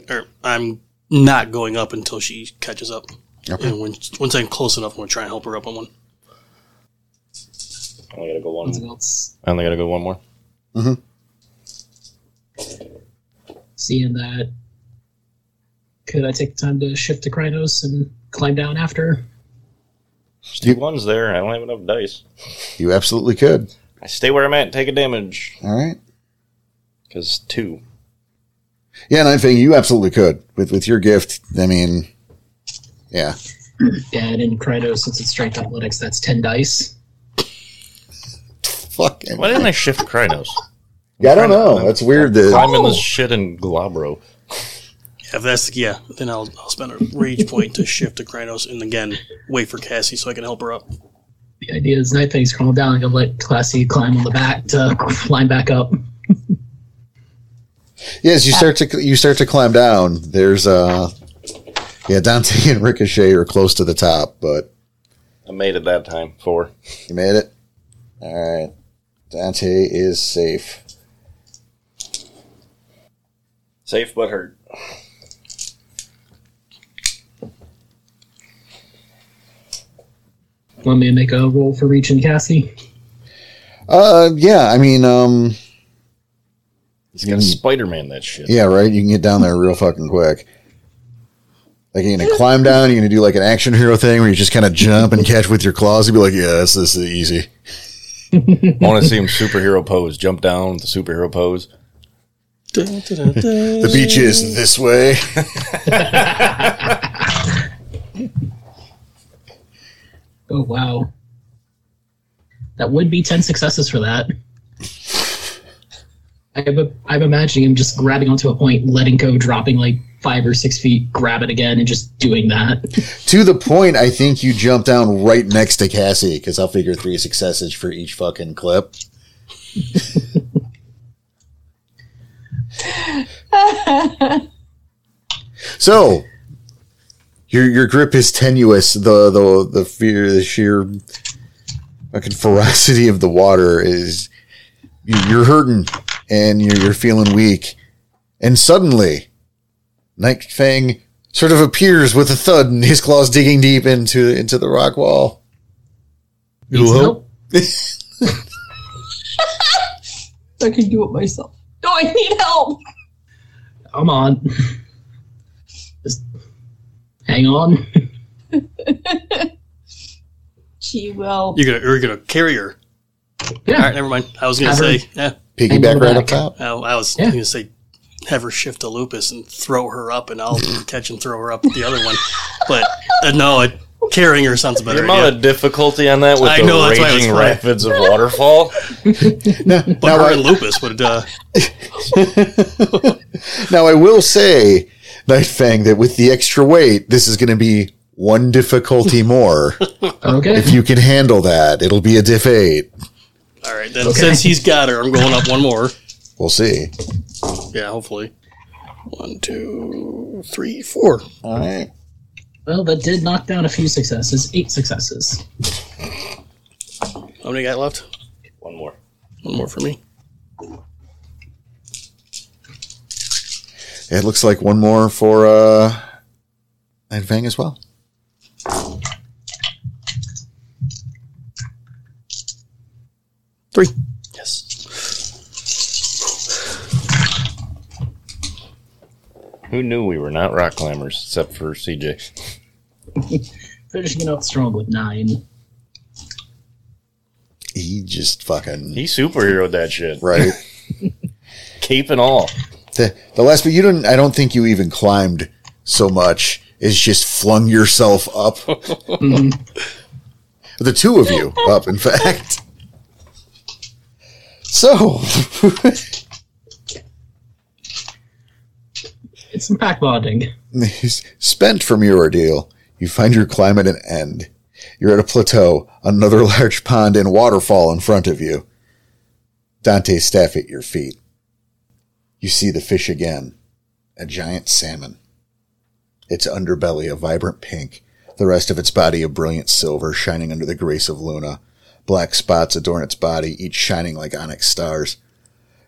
Speaker 2: Or I'm not going up until she catches up.
Speaker 1: Okay.
Speaker 2: And when, once I'm close enough, I'm going to try and help her up on one.
Speaker 5: I only gotta go one.
Speaker 3: Something else.
Speaker 5: I only gotta go one more.
Speaker 3: Seeing that, could I take the time to shift to Krynos and climb down after?
Speaker 5: Steve one's there. I don't have enough dice.
Speaker 1: You absolutely could.
Speaker 5: I stay where I'm at. Take a damage
Speaker 1: All right.
Speaker 5: because two.
Speaker 1: Yeah, and I'm thinking you absolutely could with with your gift. I mean, yeah,
Speaker 3: Yeah, and in Crino, since it's strength athletics, that's 10 dice.
Speaker 1: fucking.
Speaker 5: Why didn't I shift Krynos?
Speaker 1: Yeah, I don't know. That's weird. That
Speaker 5: I'm in this shit in Globro.
Speaker 2: Yeah, if that's yeah, then I'll, I'll spend a rage point to shift to Krynos and again wait for Cassie so I can help her
Speaker 1: [LAUGHS]
Speaker 2: up.
Speaker 3: The idea is Night Thing's calm down and you'll let Classy climb on the back to climb back up.
Speaker 1: yeah, as you start to you start to climb down, there's uh, yeah, Dante [LAUGHS] and Ricochet are close to the top, but
Speaker 5: I made it that time. Four.
Speaker 1: you made it. All right, Dante is safe.
Speaker 5: Safe but hurt.
Speaker 3: Want me to make a roll for reaching Cassie?
Speaker 1: Uh, yeah, I mean, um,
Speaker 5: He's gonna Spider Man that shit.
Speaker 1: Mm. yeah, right. You can get down there real fucking quick. Like you're gonna climb down, you're gonna do like an action hero thing where you just kind of jump and catch with your claws. You'd be like, yeah, this, this is easy.
Speaker 5: I want to see him superhero pose. Jump down with the superhero pose.
Speaker 2: Dun-dun-dun-dun.
Speaker 1: The beach is this way. [LAUGHS]
Speaker 3: Oh, wow. That would be 10 successes for that. I'm, I'm imagining him just grabbing onto a point, letting go, dropping like five or six feet, grab it again, and just doing that.
Speaker 1: to the point, I think you jump down right next to Cassie because I'll figure three successes for each fucking clip. so your your grip is tenuous. The the the fear, the sheer fucking ferocity of the water is you, you're hurting and you're you're feeling weak, and suddenly, Night Fang sort of appears with a thud and his claws digging deep into into the rock wall.
Speaker 3: Needs help?
Speaker 6: I can do it myself. No, I need help.
Speaker 3: Come on. Just hang on. [LAUGHS]
Speaker 6: She will.
Speaker 2: You're gonna you're gonna carry her. All right,
Speaker 3: Yeah.
Speaker 2: never mind. I was gonna
Speaker 3: Have her-
Speaker 2: say yeah.
Speaker 1: Piggyback
Speaker 3: Angle
Speaker 1: right up
Speaker 3: back.
Speaker 1: top.
Speaker 2: I, I was
Speaker 3: Yeah.
Speaker 2: gonna say have her shift to Lupus and throw her up, and I'll catch and throw her up with the other one. But uh, no, it, carrying her sounds a
Speaker 5: The
Speaker 2: better.
Speaker 5: amount
Speaker 2: idea.
Speaker 5: of difficulty on that with
Speaker 2: I
Speaker 5: the
Speaker 2: know, that's why I was
Speaker 5: raging
Speaker 2: funny.
Speaker 5: rapids of waterfall.
Speaker 2: But
Speaker 1: Now
Speaker 2: her
Speaker 1: I-
Speaker 2: and Lupus would. Uh,
Speaker 1: Now I will say, Night Fang, that with the extra weight, this is going to be one difficulty more.
Speaker 3: Okay.
Speaker 1: if you can handle that, it'll be a diff eight.
Speaker 2: all right, then since he's got her, I'm going up one more.
Speaker 1: We'll see.
Speaker 2: Yeah, hopefully. One, two, three, four.
Speaker 1: All right.
Speaker 3: Well, that did knock down a few successes, eight successes.
Speaker 2: How many I got left?
Speaker 5: [LAUGHS] One more.
Speaker 2: One more for me.
Speaker 1: It looks like one more for uh, Night Fang as well.
Speaker 2: Three. Yes.
Speaker 5: Who knew we were not rock climbers except for CJ?
Speaker 3: Finishing it out strong with nine.
Speaker 1: He just fucking
Speaker 5: He superheroed that shit.
Speaker 1: right.
Speaker 5: Cape and all.
Speaker 1: the the last but you didn't. I don't think you even climbed so much. It's just flung yourself up. the two of you up, in fact. So
Speaker 3: It's some pack bonding.
Speaker 1: [LAUGHS] spent from your ordeal, you find your climb at an end. You're at a plateau, another [LAUGHS] large pond and waterfall in front of you. Dante's staff at your feet. You see the fish again, a giant salmon. Its underbelly a vibrant pink, the rest of its body a brilliant silver shining under the grace of Luna. Black spots adorn its body, each shining like onyx stars.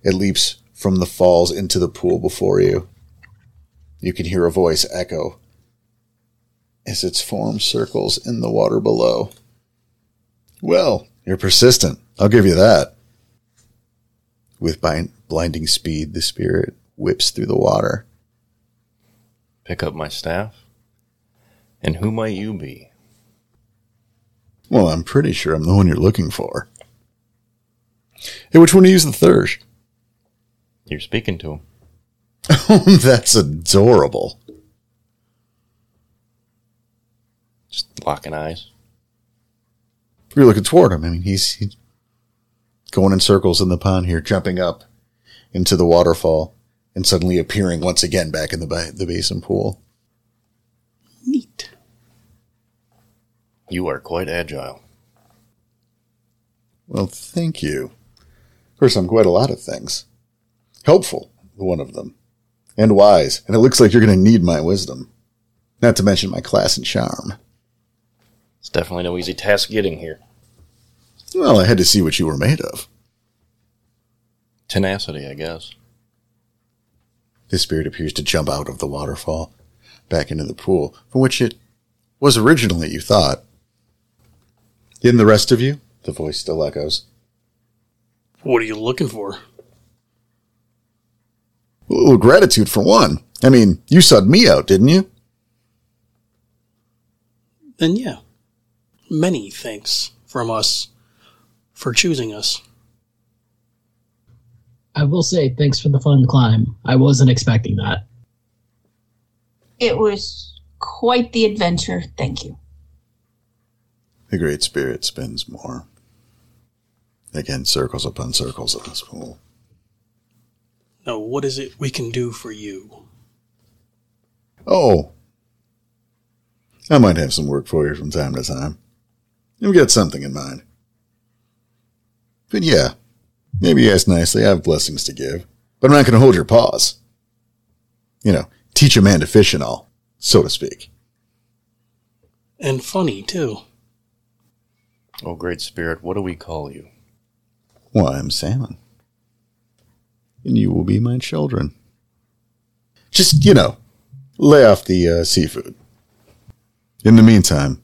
Speaker 1: It leaps from the falls into the pool before you. You can hear a voice echo as its form circles in the water below. Well, you're persistent. I'll give you that. With bin- blinding speed, the spirit whips through the water.
Speaker 5: Pick up my staff. And who might you be?
Speaker 1: Well, I'm pretty sure I'm the one you're looking for. Hey, which one do you use the thirst? [LAUGHS]
Speaker 5: You're speaking to him.
Speaker 1: That's adorable.
Speaker 5: Just locking eyes.
Speaker 1: You're looking toward him. I mean, he's, he's going in circles in the pond here, jumping up into the waterfall and suddenly appearing once again back in the, ba- the basin pool.
Speaker 2: Neat.
Speaker 5: You are quite agile.
Speaker 1: Well, thank you. Of course, I'm quite a lot of things. Helpful, one of them, and wise, and it looks like you're going to need my wisdom. Not to mention my class and charm.
Speaker 5: It's definitely no easy task getting here.
Speaker 1: Well, I had to see what you were made of.
Speaker 5: Tenacity, I guess.
Speaker 1: The spirit appears to jump out of the waterfall back into the pool, from which it was originally, you thought. In the rest of you, the voice still echoes.
Speaker 2: What are you looking for?
Speaker 1: A little gratitude for one. I mean, you subbed me out, didn't you?
Speaker 2: Then, yeah. Many thanks from us for choosing us.
Speaker 3: I will say thanks for the fun climb. I wasn't expecting that.
Speaker 6: It was quite the adventure. Thank you.
Speaker 1: The great spirit spins more. Again, circles upon circles of this pool.
Speaker 2: Now, what is it we can do for you?
Speaker 1: Oh. I might have some work for you from time to time. You've got something in mind. But yeah, maybe you ask nicely. I have blessings to give, but I'm not going to hold your paws. You know, teach a man to fish and all, so to speak.
Speaker 2: And funny, too.
Speaker 5: Oh, great spirit, what do we call you?
Speaker 1: Why, I'm salmon. And you will be my children. Just, you know, lay off the uh, seafood. In the meantime,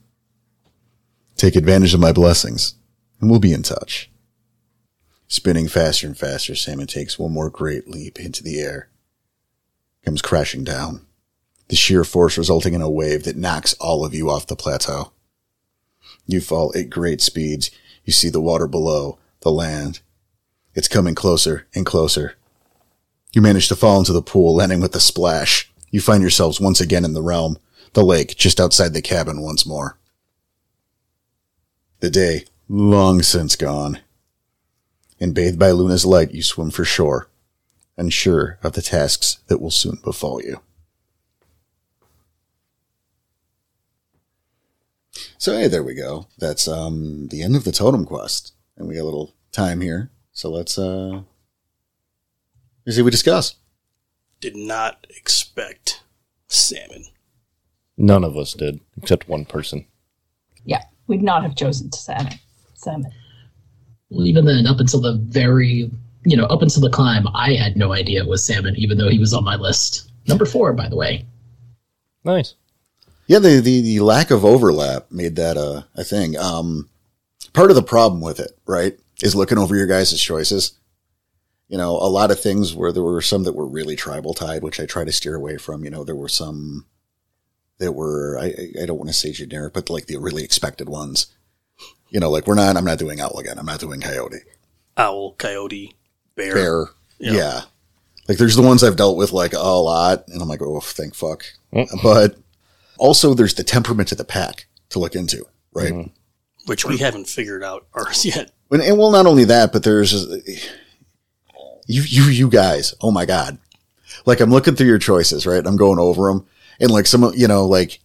Speaker 1: take advantage of my blessings, and we'll be in touch. Spinning faster and faster, Salmon takes one more great leap into the air, comes crashing down, the sheer force resulting in a wave that knocks all of you off the plateau. You fall at great speeds. You see the water below, the land. It's coming closer and closer. You manage to fall into the pool, landing with a splash. You find yourselves once again in the realm, the lake just outside the cabin once more. The day, long since gone. And bathed by Luna's light, you swim for shore, unsure of the tasks that will soon befall you. So hey, there we go. That's um the end of the totem quest, and we got a little time here. So let's uh, let's see what we discuss.
Speaker 2: Did not expect salmon.
Speaker 5: None of us did, except one person.
Speaker 6: Yeah, we'd not have chosen to salmon. Salmon.
Speaker 3: Well, even then, up until the very, you know, up until the climb, I had no idea it was salmon, even though he was on my list. Number four, by the way.
Speaker 5: Nice.
Speaker 1: Yeah, the, the the lack of overlap made that a a thing. Um, part of the problem with it, right, is looking over your guys' choices. You know, a lot of things where there were some that were really tribal tied, which I try to steer away from. You know, there were some that were I I- I don't want to say generic, but like the really expected ones. You know, like we're not. I'm not doing owl again. I'm not doing coyote.
Speaker 2: Owl, coyote, bear.
Speaker 1: Bear.
Speaker 2: Yeah.
Speaker 1: Yeah. Like there's the ones I've dealt with like a lot, and I'm like, oh, thank fuck.
Speaker 5: Mm.
Speaker 1: But also there's the temperament of the pack to look into, right?
Speaker 2: Which we haven't figured out [LAUGHS] ours yet.
Speaker 1: And, and well, not only that, but there's you, you, you guys. Oh my god! Like I'm looking through your choices, right? I'm going over them, and like some, of- you know, like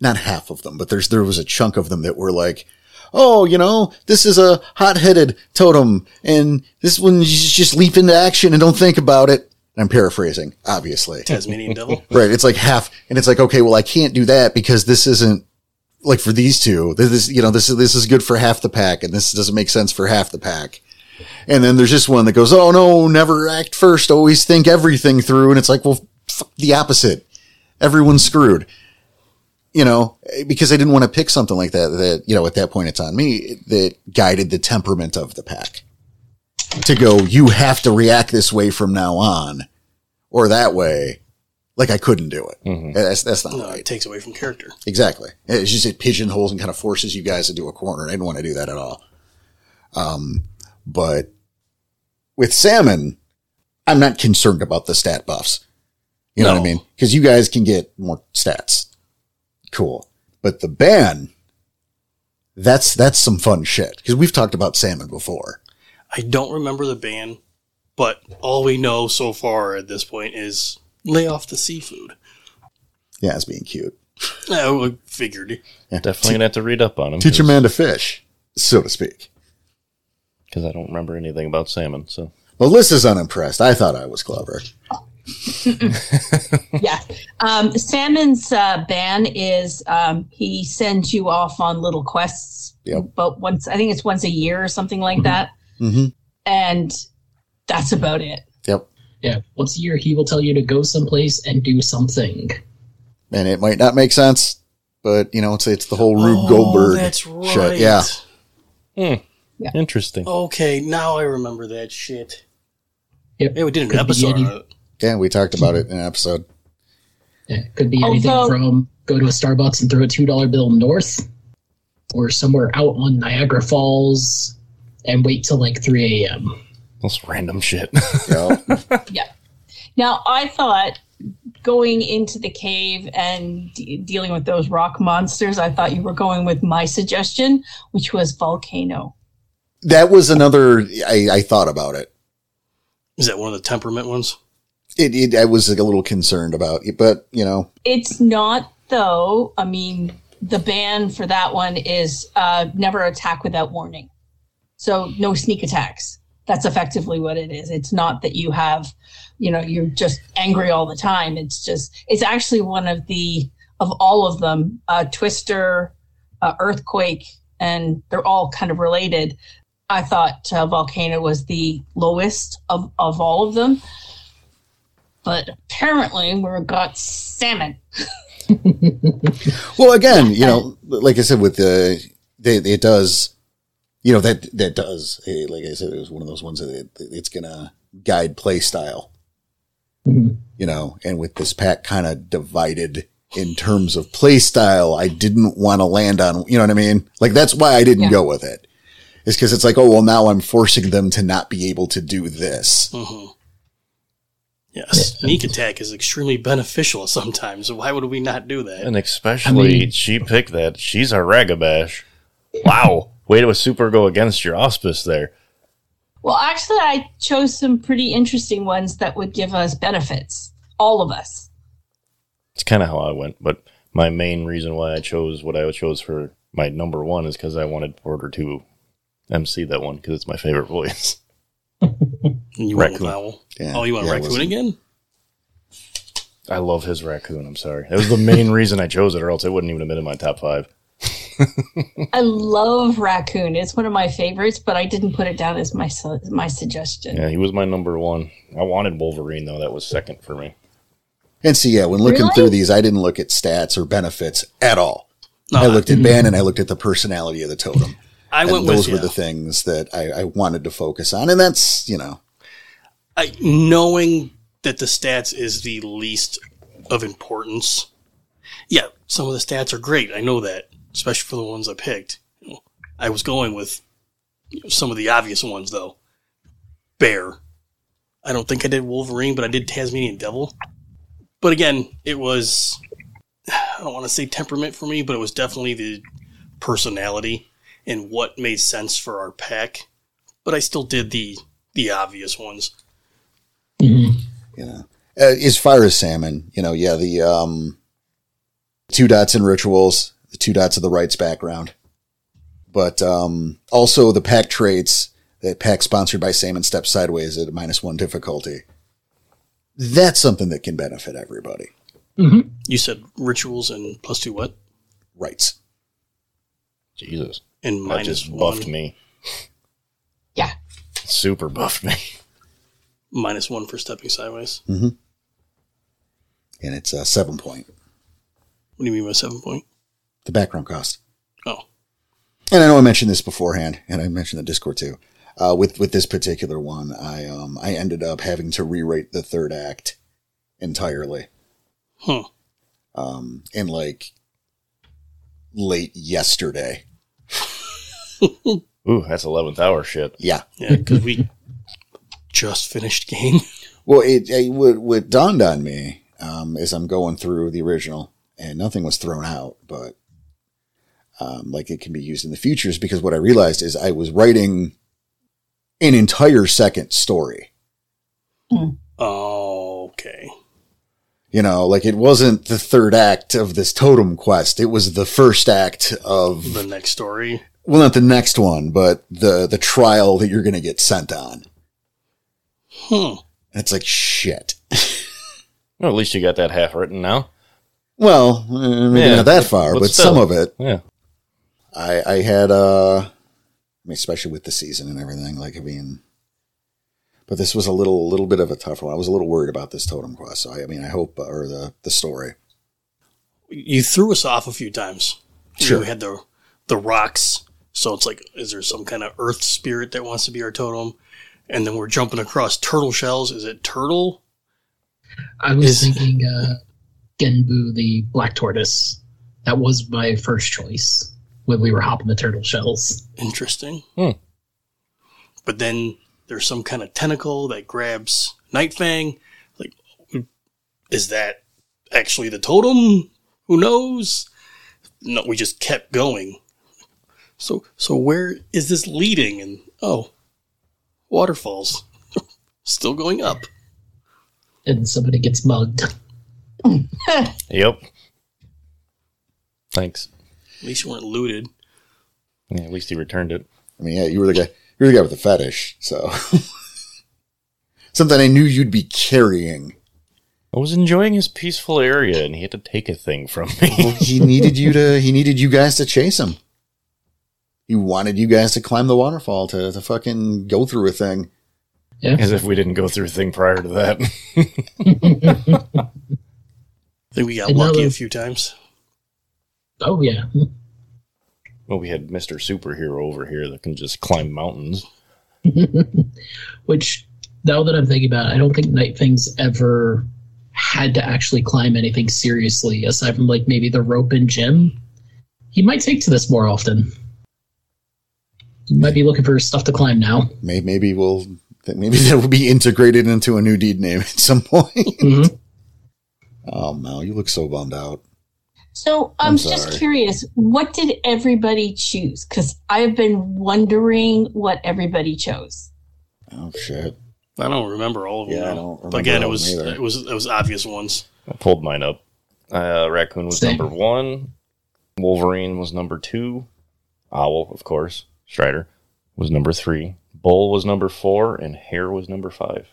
Speaker 1: not half of them, but there's there was a chunk of them that were like, oh, you know, this is a hot-headed totem, and this one just just leap into action and don't think about it. I'm paraphrasing, obviously.
Speaker 2: Tasmanian
Speaker 1: [LAUGHS]
Speaker 2: devil.
Speaker 1: Right. It's like half, and it's like, okay, well, I can't do that because this isn't like for these two. This is, you know, this is, this is good for half the pack and this doesn't make sense for half the pack. And then there's this one that goes, oh no, never act first. Always think everything through. And it's like, well, fuck the opposite. Everyone's screwed. You know, because I didn't want to pick something like that, that, you know, at that point it's on me that guided the temperament of the pack to go, you have to react this way from now on or that way Like I couldn't do it.
Speaker 5: Mhm.
Speaker 1: That's that's not
Speaker 2: No,
Speaker 1: right.
Speaker 2: it takes away from character.
Speaker 1: Exactly. It's just it pigeonholes and kind of forces you guys into a corner. I didn't want to do that at all. Um, but with salmon, I'm not concerned about the stat buffs. You know
Speaker 2: No.
Speaker 1: what I mean? Because you guys can get more stats. Cool. But the ban, that's that's some fun shit. Because we've talked about salmon before.
Speaker 2: I don't remember the ban, but all we know so far at this point is lay off the seafood.
Speaker 1: Yeah, it's being cute.
Speaker 2: I figured.
Speaker 1: Yeah.
Speaker 5: Definitely gonna have to read up on them.
Speaker 1: Teach a man to fish, so to speak.
Speaker 5: because I don't remember anything about salmon. So
Speaker 1: Melissa's unimpressed. I thought I was clever. [LAUGHS]
Speaker 6: yeah. Um, Salmon's uh, ban is um, he sends you off on little quests,
Speaker 1: Yep.
Speaker 6: but once I think it's once a year or something like that,
Speaker 1: Mm-hmm.
Speaker 6: and that's about it.
Speaker 1: Yep.
Speaker 3: Yeah, once a year he will tell you to go someplace and do something.
Speaker 1: and it might not make sense, but you know, it's it's the whole Rube Goldberg.
Speaker 2: Oh, That's right.
Speaker 1: shit, yeah.
Speaker 5: interesting.
Speaker 2: Okay, now I remember that shit.
Speaker 3: Yep.
Speaker 2: Yeah, we did an
Speaker 3: Could be
Speaker 2: episode
Speaker 3: any-
Speaker 2: on it.
Speaker 1: Yeah, we talked about it in an episode.
Speaker 3: Yeah, it could be anything
Speaker 6: Although-
Speaker 3: from go to a Starbucks and throw a two dollar bill north, or somewhere out on Niagara Falls and wait till like three a.m.
Speaker 5: That's random shit. [LAUGHS]
Speaker 1: Yeah.
Speaker 6: Now, I thought going into the cave and de- dealing with those rock monsters, I thought you were going with my suggestion, which was volcano.
Speaker 1: that was another. I, I thought about it.
Speaker 2: Is that one of the temperament ones?
Speaker 1: It, it. I was like a little concerned about it, but you know,
Speaker 6: It's not, though. I mean, the ban for that one is uh, never attack without warning. So, no sneak attacks. That's effectively what it is. It's not that you have, you know, you're just angry all the time. It's just, it's actually one of the, of all of them, uh, Twister, uh, Earthquake, and they're all kind of related. I thought uh, Volcano was the lowest of, of all of them. But apparently, we've got salmon.
Speaker 1: well, again, you know, like I said, with the they, it does, you know that that does. eh, Like I said, it was one of those ones that it, it's gonna guide play style.
Speaker 3: Mhm.
Speaker 1: You know, and with this pack kind of divided in terms of play style, I didn't want to land on. You know what I mean? Like that's why I didn't
Speaker 6: Yeah.
Speaker 1: go with it. It's because it's like, oh well, now I'm forcing them to not be able to do this.
Speaker 2: Mm-hmm. Yeah, a sneak attack is extremely beneficial sometimes. So why would we not do that?
Speaker 5: and especially
Speaker 3: I mean-
Speaker 5: she picked that. She's a ragabash. Wow. Way to a super go against your auspice there.
Speaker 6: Well, actually, I chose some pretty interesting ones that would give us benefits, all of
Speaker 1: [LAUGHS]
Speaker 6: us.
Speaker 5: It's kind of how I went, but my main reason why I chose what I chose for my number one is because I wanted Porter to MC that one because it's my favorite voice. [LAUGHS]
Speaker 2: And you want
Speaker 5: Raccoon.
Speaker 2: owl?
Speaker 1: Yeah,
Speaker 2: Oh, you want
Speaker 1: yeah, it
Speaker 2: raccoon
Speaker 1: wasn't-
Speaker 2: again?
Speaker 5: I love his raccoon. I'm sorry. That was
Speaker 3: [LAUGHS]
Speaker 5: the main reason I chose it, or else it wouldn't even have been in my top five.
Speaker 6: I love raccoon; it's one of my favorites, but I didn't put it down as my su- my suggestion.
Speaker 5: Yeah, he was my number one. I wanted Wolverine though. That was second for me.
Speaker 1: And see, yeah, when looking
Speaker 6: Really?
Speaker 1: through these, I didn't look at stats or benefits at all.
Speaker 2: No,
Speaker 1: I looked at Ban and I looked at the personality of the totem.
Speaker 2: I went
Speaker 1: and those
Speaker 2: with
Speaker 1: were
Speaker 2: yeah.
Speaker 1: the things that I, I wanted to focus on. And that's, you know,
Speaker 2: I, knowing that the stats is the least of importance. Yeah, some of the stats are great. I know that, especially for the ones I picked. You know, I was going with you know, some of the obvious ones though. Bear. I don't think I did Wolverine, but I did Tasmanian Devil. But again, it was I don't want to say temperament for me, but it was definitely the personality and what made sense for our pack. But I still did the the obvious ones.
Speaker 3: Mm-hmm.
Speaker 1: you know, uh, as far as salmon, you know, yeah, the um, two dots in rituals, the two dots of the rights background, but um, also the pack traits that pack sponsored by Salmon Step Sideways at a minus one difficulty. That's something that can benefit everybody.
Speaker 3: Mm-hmm.
Speaker 2: You said rituals and plus two what?
Speaker 1: Rights.
Speaker 5: Jesus,
Speaker 2: And
Speaker 5: that
Speaker 2: minus
Speaker 5: just
Speaker 2: one.
Speaker 5: buffed me.
Speaker 6: Yeah.
Speaker 5: super buffed me.
Speaker 2: Minus one for stepping sideways.
Speaker 1: And it's uh, seven point,
Speaker 2: What do you mean by seven point?
Speaker 1: the background cost.
Speaker 2: Oh,
Speaker 1: and I know I mentioned this beforehand, and I mentioned the Discord too. Uh, with with this particular one, I um I ended up having to rewrite the third act entirely
Speaker 2: Huh.
Speaker 1: um, in like late yesterday.
Speaker 5: Ooh, that's 11th hour shit.
Speaker 1: Yeah.
Speaker 2: Yeah, because we just finished game. [LAUGHS]
Speaker 1: Well, it, it what, what dawned on me um, as I'm going through the original, and nothing was thrown out, but um, like it can be used in the futures because what I realized is I was writing an entire second story.
Speaker 2: Oh, okay.
Speaker 1: You know, like it wasn't the third act of this totem quest. It was the first act of
Speaker 2: The next story.
Speaker 1: well, not the next one, but the the trial that you're going to get sent on.
Speaker 2: Hmm.
Speaker 1: And it's like shit.
Speaker 5: Well, at least you got that half written now.
Speaker 1: Well, eh, maybe
Speaker 5: Yeah,
Speaker 1: not that far,
Speaker 5: but
Speaker 1: but,
Speaker 5: still.
Speaker 1: some of it.
Speaker 5: Yeah.
Speaker 1: I I had uh, I mean, especially with the season and everything. Like I mean, but this was a little little bit of a tough one. I was a little worried about this totem quest. So I, I mean, I hope uh, or the the story.
Speaker 2: You threw us off a few times.
Speaker 1: Sure.
Speaker 2: We had the the rocks. So it's like, is there some kind of earth spirit that wants to be our totem? And then we're jumping across turtle shells. Is it turtle?
Speaker 3: I
Speaker 2: Is-
Speaker 3: was thinking uh, Genbu the Black Tortoise. That was my first choice when we were hopping the turtle shells.
Speaker 2: Interesting.
Speaker 5: Hmm.
Speaker 2: But then there's some kind of tentacle that grabs Nightfang. Like, is that actually the totem? Who knows? No, we just kept going. So, so where is this leading? And oh, waterfalls, [LAUGHS] still going up.
Speaker 3: And somebody gets mugged.
Speaker 5: Yep. Thanks.
Speaker 2: At least you weren't looted.
Speaker 5: Yeah, at least he returned it.
Speaker 1: I mean, yeah, you were the guy. You were the guy with the fetish. So [LAUGHS] something I knew you'd be carrying.
Speaker 5: I was enjoying his peaceful area and he had to take a thing from me. [LAUGHS]
Speaker 1: Well, he needed you to. He needed you guys to chase him. He wanted you guys to climb the waterfall to to fucking go through a thing.
Speaker 5: As if we didn't go through a thing prior to that.
Speaker 2: I think we got
Speaker 3: I know
Speaker 2: lucky
Speaker 3: that-
Speaker 2: a few times.
Speaker 3: Oh yeah,
Speaker 5: [LAUGHS] well, we had Mr. Superhero over here that can just climb mountains.
Speaker 3: Which, now that I'm thinking about it, I don't think Night Things ever had to actually climb anything seriously, aside from like maybe the rope and gym. He might take to this more often. He might be looking for stuff to climb now.
Speaker 1: Maybe, maybe we'll. That maybe [LAUGHS] that will be integrated into a new deed name at some point. [LAUGHS]
Speaker 3: Mhm.
Speaker 1: oh Mel, you look so bummed out.
Speaker 6: So I'm,
Speaker 1: I'm
Speaker 6: just
Speaker 1: sorry.
Speaker 6: curious, what did everybody choose? Because I've been wondering what everybody chose.
Speaker 1: Oh shit.
Speaker 2: I don't remember all of them.
Speaker 1: Yeah, I
Speaker 2: now.
Speaker 1: don't
Speaker 2: But again,
Speaker 1: remember
Speaker 2: it
Speaker 1: all
Speaker 2: was
Speaker 1: of them either.
Speaker 2: it was it was obvious ones.
Speaker 5: I pulled mine up. Uh, Raccoon was
Speaker 3: Same.
Speaker 5: number one. Wolverine was number two. Owl, of course. Strider was number three. Bull was number four, and Hare was number five.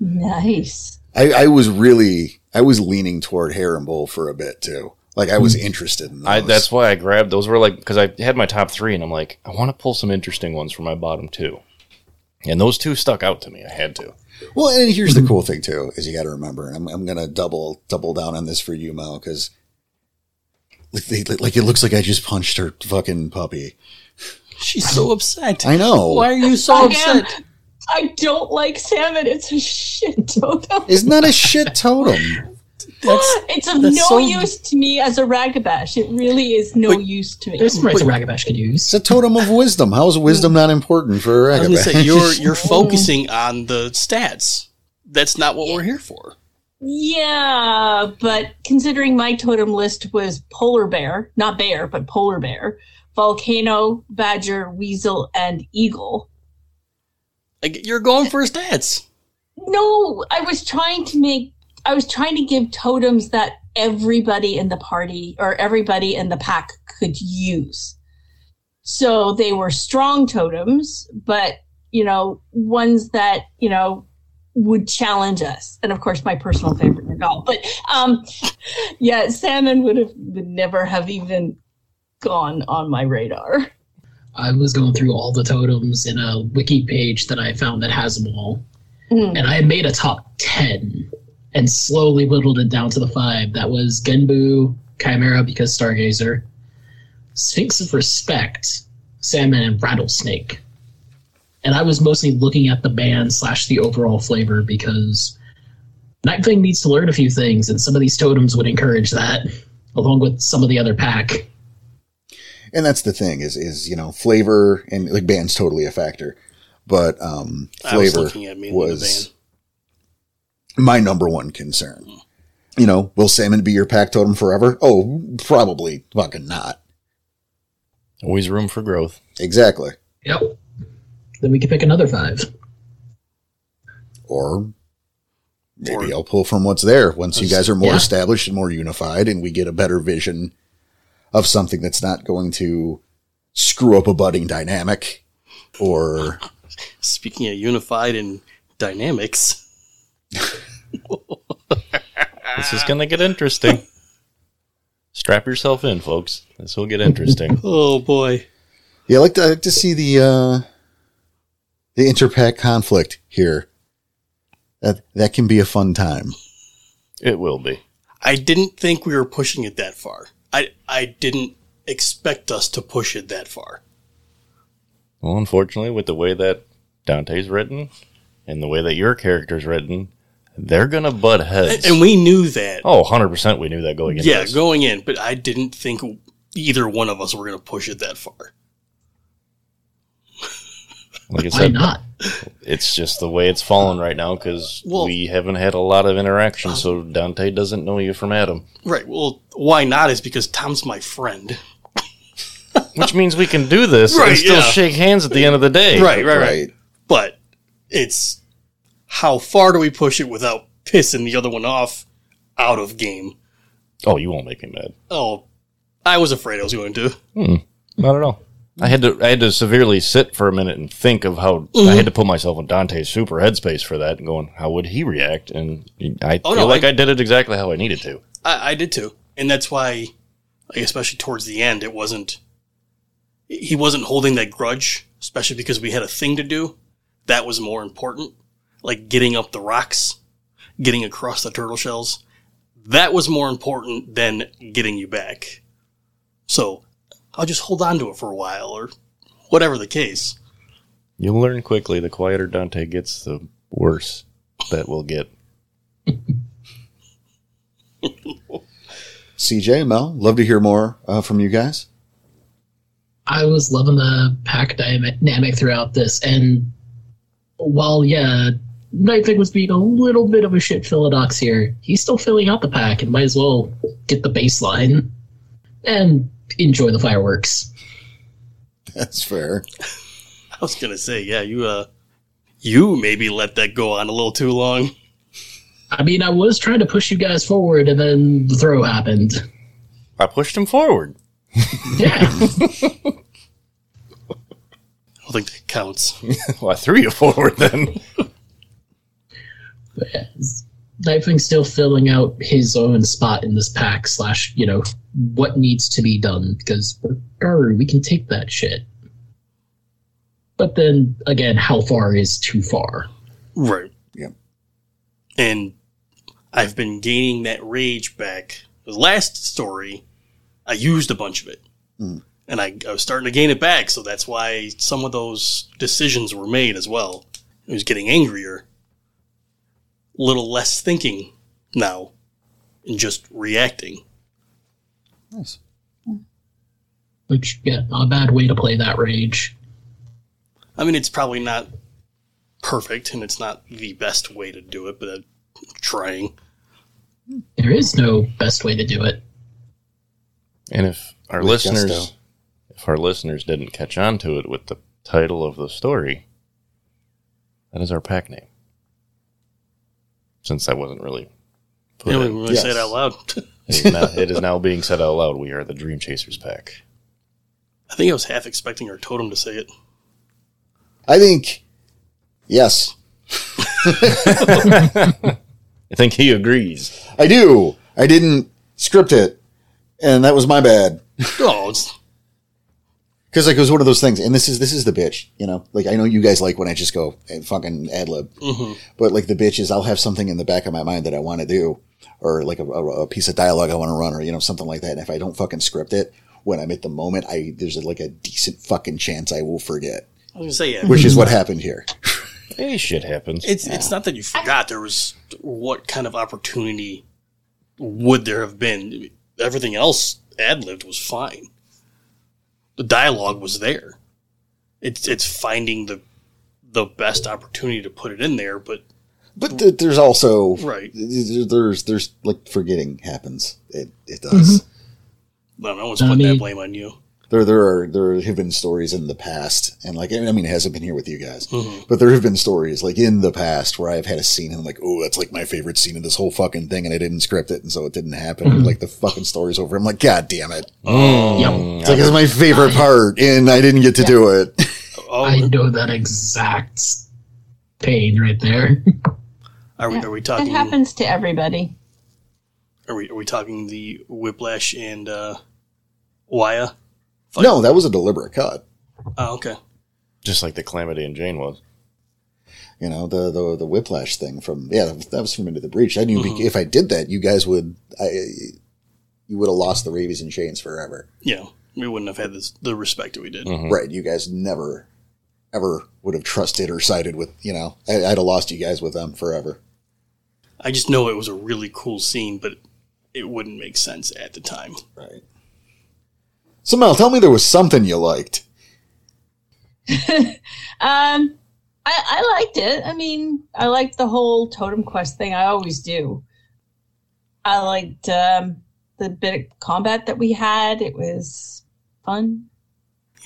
Speaker 6: Nice.
Speaker 1: I, I was really. I was leaning toward hair and bowl for a bit too. Like I
Speaker 2: Mm.
Speaker 1: was interested in those.
Speaker 5: I, that's why I grabbed those. Were like because I had my top three, and I'm like, I want to pull some interesting ones for my bottom two, and those two stuck out to me. I had to.
Speaker 1: Well, and here's
Speaker 2: Mm-hmm.
Speaker 1: the cool thing too is you got to remember, and I'm, I'm gonna double double down on this for you, Mel, because like, they- like it looks like I just punched her fucking puppy.
Speaker 2: She's so upset.
Speaker 1: I know.
Speaker 2: Why are you so upset?
Speaker 6: am. I don't like salmon. It's a shit totem.
Speaker 1: It's not a shit totem.
Speaker 2: That's
Speaker 6: It's of no
Speaker 2: that's so-
Speaker 6: use to me as a ragabash. It really is no
Speaker 2: But-
Speaker 6: use to me.
Speaker 3: There's some rights a Ragabash could use.
Speaker 1: It's a totem of wisdom. How is wisdom not important for a
Speaker 2: I was
Speaker 1: Ragabash?
Speaker 2: gonna
Speaker 1: [LAUGHS]
Speaker 2: say you're you're focusing on the stats. That's not what we're here for.
Speaker 6: Yeah, but considering my totem list was polar bear, not bear, but polar bear, volcano, badger, weasel, and eagle.
Speaker 2: Like you're going for stats.
Speaker 6: No, I was trying to make I was trying to give totems that everybody in the party or everybody in the pack could use. So they were strong totems, but you know, ones that, you know, would challenge us. And of course my personal favorite Nagal. But um yeah, salmon would have would never have even gone on my radar.
Speaker 3: I was going through all the totems in a wiki page that I found that has them all,
Speaker 6: Mm.
Speaker 3: and I had made a top 10 and slowly whittled it down to the five. That was Genbu, Chimera because Stargazer, Sphinx of Respect, Salmon, and Rattlesnake. And I was mostly looking at the band slash the overall flavor because Night Thing needs to learn a few things, and some of these totems would encourage that, along with some of the other pack.
Speaker 1: and that's the thing is is you know flavor and like band's totally a factor but um
Speaker 2: I was
Speaker 1: flavor
Speaker 2: looking at me in the
Speaker 1: was my number one concern you know will salmon be your pack totem forever oh probably fucking not
Speaker 5: Always room for growth.
Speaker 1: exactly
Speaker 3: Yep. Then we could pick another five.
Speaker 1: or maybe
Speaker 2: Or-
Speaker 1: i'll pull from what's there once you guys are more
Speaker 3: Yeah.
Speaker 1: established and more unified and we get a better vision of something that's not going to screw up a budding dynamic or
Speaker 2: Speaking of unified and dynamics,
Speaker 5: This
Speaker 2: Ah.
Speaker 5: is gonna
Speaker 2: [LAUGHS]
Speaker 5: get interesting. Strap yourself in, folks. This will
Speaker 2: [LAUGHS]
Speaker 5: get interesting.
Speaker 2: oh boy,
Speaker 1: Yeah, I like to, I like to see the uh, the interpack conflict here. That that can be a fun time.
Speaker 5: it will be.
Speaker 2: I didn't think we were pushing it that far. I I didn't expect us to push it that far.
Speaker 5: Well, unfortunately, with the way that Dante's written and the way that your character's written, they're gonna butt heads.
Speaker 2: And, and we knew that.
Speaker 5: oh, 100% we knew that going into
Speaker 2: yeah,
Speaker 5: this.
Speaker 2: going in, but I didn't think either one of us were going to push it that far.
Speaker 5: like I
Speaker 3: Why
Speaker 5: said,
Speaker 3: not?
Speaker 5: it's just the way it's fallen right now because
Speaker 2: Well-
Speaker 5: we haven't had a lot of interaction, so Dante doesn't know you from Adam,
Speaker 2: Right. Well, why not is because Tom's my friend.
Speaker 5: which means we can do this
Speaker 2: Right,
Speaker 5: and still
Speaker 2: yeah.
Speaker 5: shake hands at the end of the day.
Speaker 2: Right, right, right. But it's how far do we push it without pissing the other one off out of game?
Speaker 5: Oh, you won't make me mad.
Speaker 2: Oh, I was afraid I was going to.
Speaker 5: Not at all. I had to I had to severely sit for a minute and think of how I had to put myself in Dante's super headspace for that and going, how would he react? And I
Speaker 2: Oh,
Speaker 5: feel
Speaker 2: no,
Speaker 5: like I,
Speaker 2: I-
Speaker 5: did it exactly how I needed to.
Speaker 2: I, I did too, and that's why, like, especially towards the end, it wasn't. He wasn't holding that grudge, especially because we had a thing to do that was more important, like getting up the rocks, getting across the turtle shells. That was more important than getting you back. So I'll just hold on to it for a while, or whatever the case.
Speaker 5: You'll learn quickly the quieter Dante gets, the worse that will get.
Speaker 1: CJ Mel, love to hear more uh, from you guys. [LAUGHS]
Speaker 3: I was loving the pack dynamic throughout this, and while yeah, Nightwing was being a little bit of a shit philodox here, he's still filling out the pack, and might as well get the baseline and enjoy the fireworks.
Speaker 1: That's fair.
Speaker 2: I was gonna say, yeah, you uh, you maybe let that go on a little too long.
Speaker 3: I mean, I was trying to push you guys forward, and then the throw happened. [LAUGHS]
Speaker 5: I pushed him forward. [LAUGHS]
Speaker 3: Yeah,
Speaker 2: I don't think that counts.
Speaker 5: Well, I threw you [LAUGHS] forward then.
Speaker 3: Nightwing's still filling out his own spot in this pack slash you know what needs to be done because we're Garu, we can take that shit. But then again, how far is too far?
Speaker 2: Right.
Speaker 1: Yeah.
Speaker 2: And I've been gaining that rage back. The last story, I used a bunch of it.
Speaker 1: Mm.
Speaker 2: And I, I was starting to gain it back, so that's why some of those decisions were made as well. I was getting angrier. Little less thinking now and just reacting.
Speaker 1: Nice.
Speaker 3: Which yeah, not a bad way to play that rage.
Speaker 2: I mean, it's probably not perfect and it's not the best way to do it, but I'm trying.
Speaker 3: There is no best way to do it.
Speaker 5: And if our
Speaker 1: With
Speaker 5: listeners,
Speaker 1: gusto.
Speaker 5: if our listeners didn't catch on to it with the title of the story, that is our pack name. Since that wasn't really put
Speaker 2: You know,
Speaker 5: in,
Speaker 2: when I say it
Speaker 1: Yes.
Speaker 2: out loud. [LAUGHS]
Speaker 5: it is now, it is now being said out loud. We are the Dream Chasers pack.
Speaker 2: I think I was half expecting our totem to say it. [LAUGHS]
Speaker 1: I think yes,
Speaker 5: I think he agrees.
Speaker 1: I do. I didn't script it, and that was my bad.
Speaker 2: Oh, it's,
Speaker 1: Because like it was one of those things, and this is this is the bitch, you know. Like I know you guys like when I just go and fucking ad lib, but like the bitch is I'll have something in the back of my mind that I want to do, or like a, a, a piece of dialogue I want to run, or you know something like that. And if I don't fucking script it when I'm at the moment, I there's like a decent fucking chance I will forget,
Speaker 2: I was gonna say yeah.
Speaker 1: which is what happened here.
Speaker 5: Hey, shit happens.
Speaker 2: It's it's not that you forgot. There was what kind of opportunity would there have been? Everything else ad libbed was fine. The dialogue was there. It's it's finding the the best opportunity to put it in there, but
Speaker 1: But th- there's also
Speaker 2: Right.
Speaker 1: th- There's there's like forgetting happens. It it does.
Speaker 2: I don't know. Let's
Speaker 3: I
Speaker 2: put that
Speaker 3: mean-
Speaker 2: blame on you.
Speaker 1: There there are there have been stories in the past, and like I mean, it hasn't been here with you guys, but there have been stories like in the past where I've had a scene and I'm like, oh, that's like my favorite scene in this whole fucking thing, and I didn't script it, and so it didn't happen. Like the fucking story's over. I'm like, god damn it!
Speaker 3: Yep.
Speaker 5: Mm.
Speaker 1: It's like it's my favorite part, and I didn't get to do it. [LAUGHS]
Speaker 2: Oh,
Speaker 3: I know that exact pain right there.
Speaker 2: are we are we talking?
Speaker 6: It happens to everybody.
Speaker 2: Are we are we talking the Whiplash and uh, Waya?
Speaker 1: no, that was a deliberate cut.
Speaker 2: Oh, okay.
Speaker 5: Just like the Calamity and Jane was.
Speaker 1: you know the the, the whiplash thing from yeah that was, that was from into the breach i knew if i did that you guys would i you would have lost the rabies and chains forever
Speaker 2: Yeah, we wouldn't have had this, the respect that we did.
Speaker 5: Mm-hmm.
Speaker 1: right you guys never ever would have trusted or sided with you know I, i'd have lost you guys with them forever
Speaker 2: I just know it was a really cool scene, but it wouldn't make sense at the time.
Speaker 1: right so mel tell me there was something you liked
Speaker 6: Um, I, I liked it. I mean, I liked the whole totem quest thing. I always do. I liked um, the bit of combat that we had. It was fun. [LAUGHS]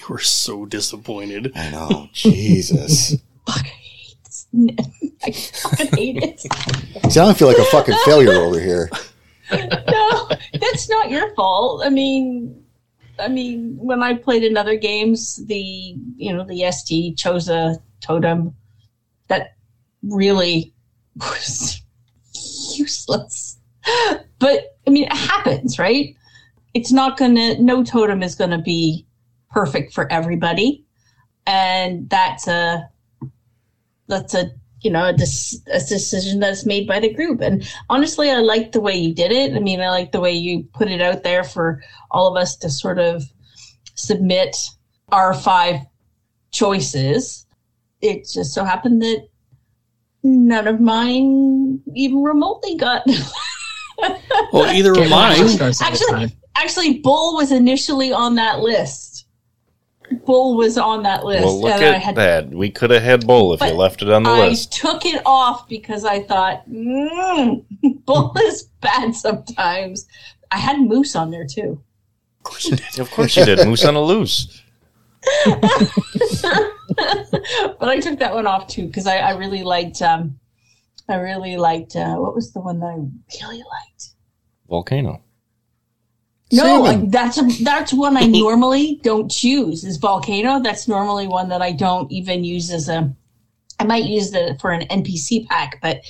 Speaker 2: You were so disappointed.
Speaker 1: i know [LAUGHS] jesus
Speaker 6: Fuck, I hate this. [LAUGHS] I fucking hate it.
Speaker 1: see i don't feel like a fucking failure over here
Speaker 6: no, that's not your fault. I mean, I mean, when I played in other games, the you know the ST chose a totem that really [LAUGHS] was useless. But I mean, it happens, right? It's not gonna. No totem is gonna be perfect for everybody, and that's a that's a you know a, dis- a decision that's made by the group. And honestly, I like the way you did it. I mean, I like the way you put it out there for all of us to sort of submit our five choices. It just so happened that none of mine even remotely got. [LAUGHS]
Speaker 2: Well, either
Speaker 3: Can't
Speaker 2: of
Speaker 3: remember
Speaker 2: mine.
Speaker 3: the stars at this
Speaker 6: Actually-
Speaker 3: time.
Speaker 6: Actually, Bull was initially on that list. Bull was on that list.
Speaker 5: Well, look
Speaker 6: and I
Speaker 5: at
Speaker 6: had
Speaker 5: that. We could have had Bull if you
Speaker 6: But
Speaker 5: left it on the
Speaker 6: I
Speaker 5: list.
Speaker 6: took it off because I thought, mm, [LAUGHS] bull is bad sometimes. I had moose on there too.
Speaker 5: Of course you did. Moose on a loose.
Speaker 6: [LAUGHS] but I took that one off too because I, I really liked. Um, I really liked. Uh, what was the one that I really liked?
Speaker 5: Volcano.
Speaker 6: No,
Speaker 1: Salmon.
Speaker 6: like that's a, that's one I normally don't choose. Is volcano? That's normally one that I don't even use as a. I might use it for an NPC pack, but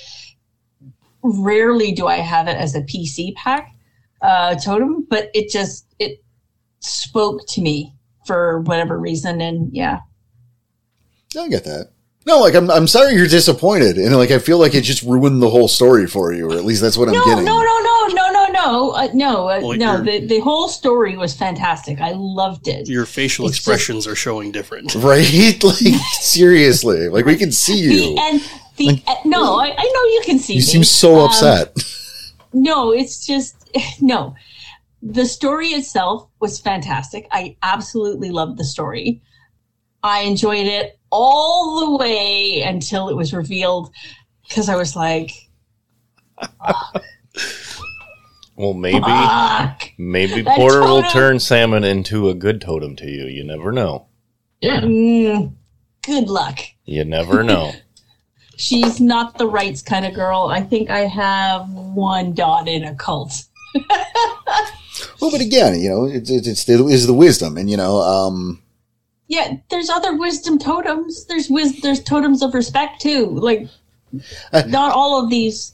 Speaker 6: rarely do I have it as a PC pack uh, totem. But it just it spoke to me for whatever reason, and yeah,
Speaker 1: Yeah, I get that. No, like I'm, I'm sorry you're disappointed, and like I feel like it just ruined the whole story for you, or at least that's what I'm
Speaker 6: no,
Speaker 1: getting.
Speaker 6: No, no, no, no, no, no, uh, no, uh,
Speaker 2: Well,
Speaker 6: no.
Speaker 2: you're-
Speaker 6: The, the whole story was fantastic. I loved it.
Speaker 2: Your facial
Speaker 6: It's just-
Speaker 2: expressions are showing different.
Speaker 1: Right? [LAUGHS] Like seriously, like we can see you.
Speaker 6: The and the uh, no, I, I know you can see.
Speaker 1: You
Speaker 6: me.
Speaker 1: seem so
Speaker 6: Um,
Speaker 1: upset.
Speaker 6: No, it's just [LAUGHS] no. The story itself was fantastic. I absolutely loved the story. I enjoyed it all the way until it was revealed because I was like,
Speaker 5: Well, maybe
Speaker 6: "Fuck."
Speaker 5: maybe
Speaker 6: That
Speaker 5: Porter will
Speaker 6: totem.
Speaker 5: turn salmon into a good totem to you. You never know.
Speaker 3: Yeah.
Speaker 6: Mm, good luck.
Speaker 5: You never know.
Speaker 6: She's not the rights kind of girl. I think I have one dot in a cult.
Speaker 1: Well, but again, you know, it's it's, it's the, is the wisdom, and you know, um,
Speaker 6: Yeah, there's other wisdom totems. There's wis- there's totems of respect too. Like
Speaker 1: Uh,
Speaker 6: not all of these.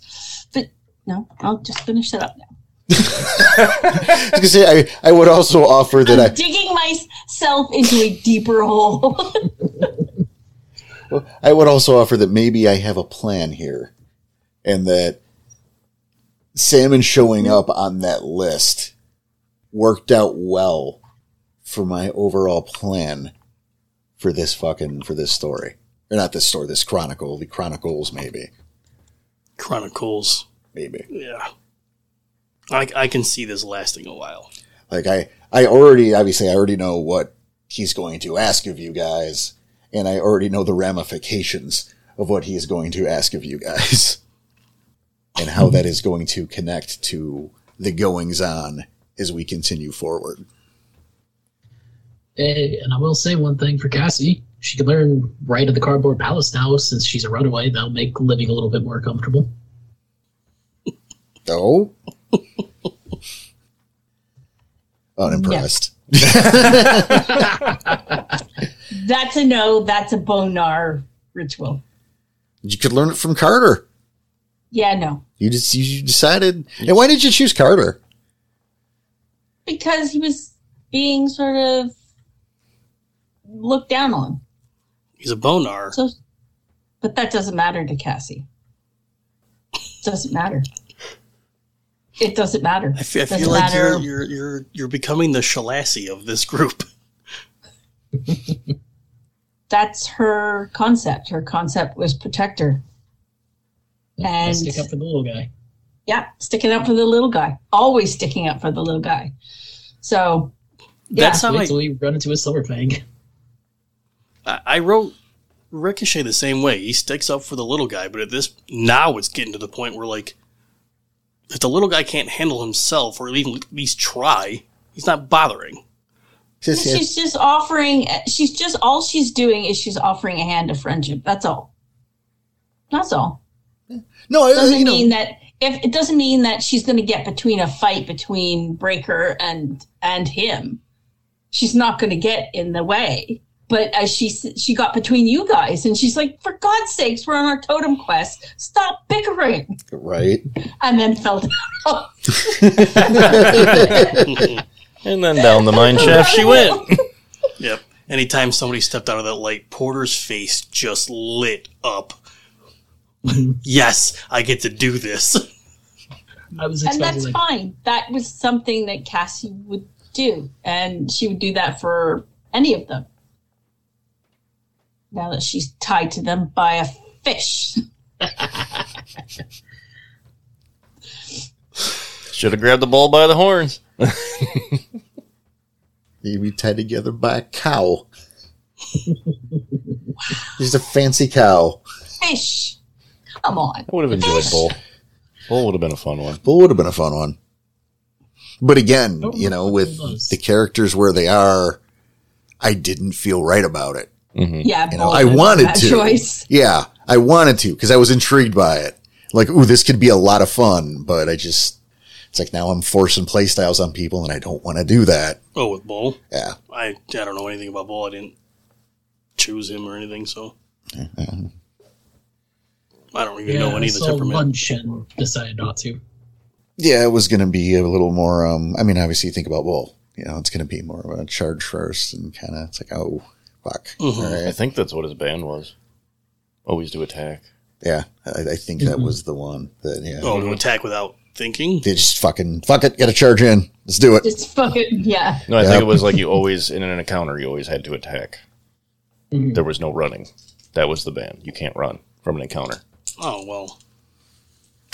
Speaker 6: But no, I'll just finish it up now.
Speaker 1: I was gonna say I, I would also offer that I,
Speaker 6: Digging myself into a deeper hole. [LAUGHS]
Speaker 1: I would also offer that maybe I have a plan here, and that salmon showing up on that list worked out well for my overall plan for this fucking for this story. Or not this story, this chronicle, the chronicles, maybe.
Speaker 2: Chronicles.
Speaker 1: Maybe.
Speaker 2: Yeah. I, I can see this lasting a while.
Speaker 1: Like I, I already obviously I already know what he's going to ask of you guys, and I already know the ramifications of what he is going to ask of you guys, [LAUGHS] and how that is going to connect to the goings on as we continue forward.
Speaker 3: Eh, and I will say one thing for Cassie. She can learn right at the cardboard palace now since she's a runaway. That'll make living a little bit more comfortable.
Speaker 1: Oh, [LAUGHS] unimpressed.
Speaker 6: That's a no. That's a bonar ritual.
Speaker 1: You could learn it from Carter.
Speaker 6: Yeah, no.
Speaker 1: You just you decided. And why did you choose Carter?
Speaker 6: Because he was being sort of looked down on.
Speaker 2: He's a bonar.
Speaker 6: So, but that doesn't matter to Cassie. Doesn't matter. It doesn't matter.
Speaker 2: I feel, I
Speaker 6: doesn't
Speaker 2: feel like
Speaker 6: matter.
Speaker 2: you're, you're you're you're becoming the Shalassi of this group.
Speaker 6: That's her concept. Her concept was protector. And-
Speaker 3: stick up for the little guy.
Speaker 6: Yeah, sticking up for the little guy. Always sticking up for the little guy. So, yeah.
Speaker 2: That's how
Speaker 3: Wait
Speaker 2: I,
Speaker 3: till we run into a silver
Speaker 6: [LAUGHS]
Speaker 3: fang.
Speaker 2: I I wrote Ricochet the same way. He sticks up for the little guy, but at this now it's getting to the point where like if the little guy can't handle himself or even at least try, he's not bothering.
Speaker 1: Just-
Speaker 6: she's just offering she's just all she's doing is she's offering a hand of friendship that's all that's all
Speaker 1: no, I-
Speaker 6: doesn't
Speaker 1: you know,
Speaker 6: mean that if it doesn't mean that she's going to get between a fight between breaker and and him she's not going to get in the way but as she s- she got between you guys and she's like for god's sakes we're on our totem quest stop bickering
Speaker 1: right?
Speaker 6: and then fell down [LAUGHS]
Speaker 5: And then down the mine shaft she went.
Speaker 2: Yep. Anytime somebody stepped out of that light, Porter's face just lit up. yes, I get to do this. [LAUGHS]
Speaker 3: I was
Speaker 6: and
Speaker 3: expecting
Speaker 6: that's
Speaker 3: like,
Speaker 6: fine. That was something that Cassie would do, and she would do that for any of them. Now that she's tied to them by a fish,
Speaker 5: Should have grabbed the bull by the horns.
Speaker 1: Maybe tied together by a cow. Just a fancy cow.
Speaker 6: fish. Come on,
Speaker 5: I would have enjoyed bull. Bull would have been a fun one.
Speaker 1: Bull would have been a fun one. But again,
Speaker 3: Don't
Speaker 1: you know,
Speaker 3: know
Speaker 1: with
Speaker 3: those.
Speaker 1: the characters where they are, I didn't feel right about it.
Speaker 5: Mm-hmm.
Speaker 6: yeah.
Speaker 1: Mm, You know,
Speaker 6: bold
Speaker 1: I
Speaker 6: is a
Speaker 1: wanted
Speaker 6: bad
Speaker 1: to.
Speaker 6: choice.
Speaker 1: Yeah, I wanted to because I was intrigued by it. Like, ooh, this could be a lot of fun, but I just, it's like now I'm forcing playstyles on people and I don't want to do that.
Speaker 2: Oh, with Bull?
Speaker 1: Yeah.
Speaker 2: I, I don't know anything about Bull. I didn't choose him or anything, so. I don't even
Speaker 3: yeah,
Speaker 2: know any of the
Speaker 3: so
Speaker 2: temperament.
Speaker 3: lunch and decided not to.
Speaker 1: Yeah, it was going to be a little more. Um, I mean, obviously, you think about well, you know, it's going to be more of a charge first, and kind of it's like, oh, fuck.
Speaker 2: Mhm.
Speaker 1: All
Speaker 5: I
Speaker 1: right.
Speaker 5: think that's what his band was. Always do attack.
Speaker 1: Yeah, I, I think that was the one that yeah.
Speaker 2: Oh, to attack without thinking?
Speaker 1: They just fucking fuck it, get a charge in, let's do it.
Speaker 6: Just fucking yeah.
Speaker 5: No, I
Speaker 1: Yeah.
Speaker 5: think it was like you always in an encounter you always had to attack.
Speaker 3: Mhm.
Speaker 5: There was no running. That was the ban. You can't run from an encounter.
Speaker 2: Oh, well.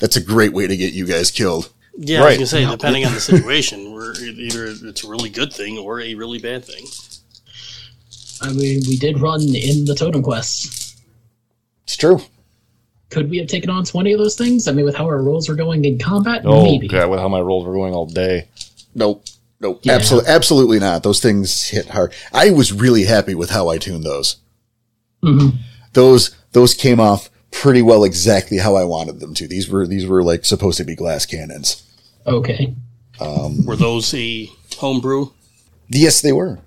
Speaker 1: That's a great way to get you guys killed.
Speaker 2: Yeah, I was
Speaker 5: Right.
Speaker 2: gonna say, depending on the situation, we're e-, either it's a really good thing or a really bad thing.
Speaker 3: I mean, we did run in the totem quest.
Speaker 1: It's true.
Speaker 3: Could we have taken on twenty of those things? I mean, with how our roles were going in combat,
Speaker 5: Oh
Speaker 3: maybe.
Speaker 5: god, with how my rolls were going all day.
Speaker 1: Nope. Nope.
Speaker 3: Yeah.
Speaker 1: Absolutely, absolutely not. Those things hit hard. I was really happy with how I tuned those.
Speaker 3: Mhm.
Speaker 1: Those those came off pretty well exactly how I wanted them to. These were these were like supposed to be glass cannons.
Speaker 3: Okay.
Speaker 2: Were those a homebrew?
Speaker 1: Yes, they were.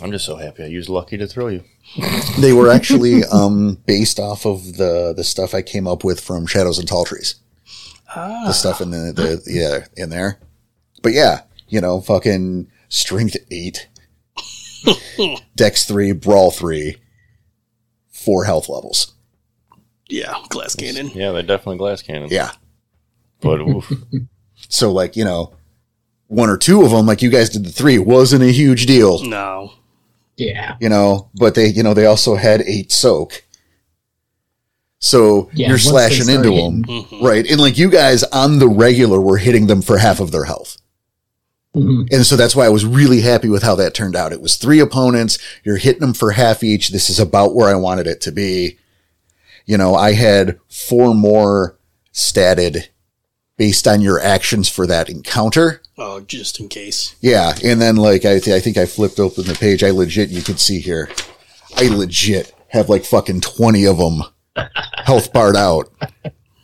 Speaker 5: I'm just so happy I used lucky to throw you.
Speaker 1: They were actually um, based off of the the stuff I came up with from Shadows and Tall Trees. The stuff in the, the yeah in there, but yeah, you know, fucking strength eight, dex three, brawl three, four health levels.
Speaker 2: Yeah, glass cannon.
Speaker 5: Yeah, they're definitely glass cannons.
Speaker 1: Yeah,
Speaker 5: But oof.
Speaker 1: so like you know, one or two of them, like you guys did the three, wasn't a huge deal.
Speaker 2: No,
Speaker 3: Yeah. [LAUGHS]
Speaker 1: you know, but they, you know, they also had eight soak. So
Speaker 3: Yeah,
Speaker 1: you're
Speaker 3: once they
Speaker 1: slashing
Speaker 3: start
Speaker 1: into
Speaker 3: hitting-
Speaker 1: them,
Speaker 2: Mhm.
Speaker 1: right? And like you guys on the regular were hitting them for half of their health.
Speaker 3: Mhm.
Speaker 1: And so that's why I was really happy with how that turned out. It was three opponents. You're hitting them for half each. This is about where I wanted it to be. You know, I had four more statted based on your actions for that encounter.
Speaker 2: Oh, just in case.
Speaker 1: Yeah, and then like I, th- I think I flipped open the page. I legit, you can see here, I legit have like fucking twenty of them health barred out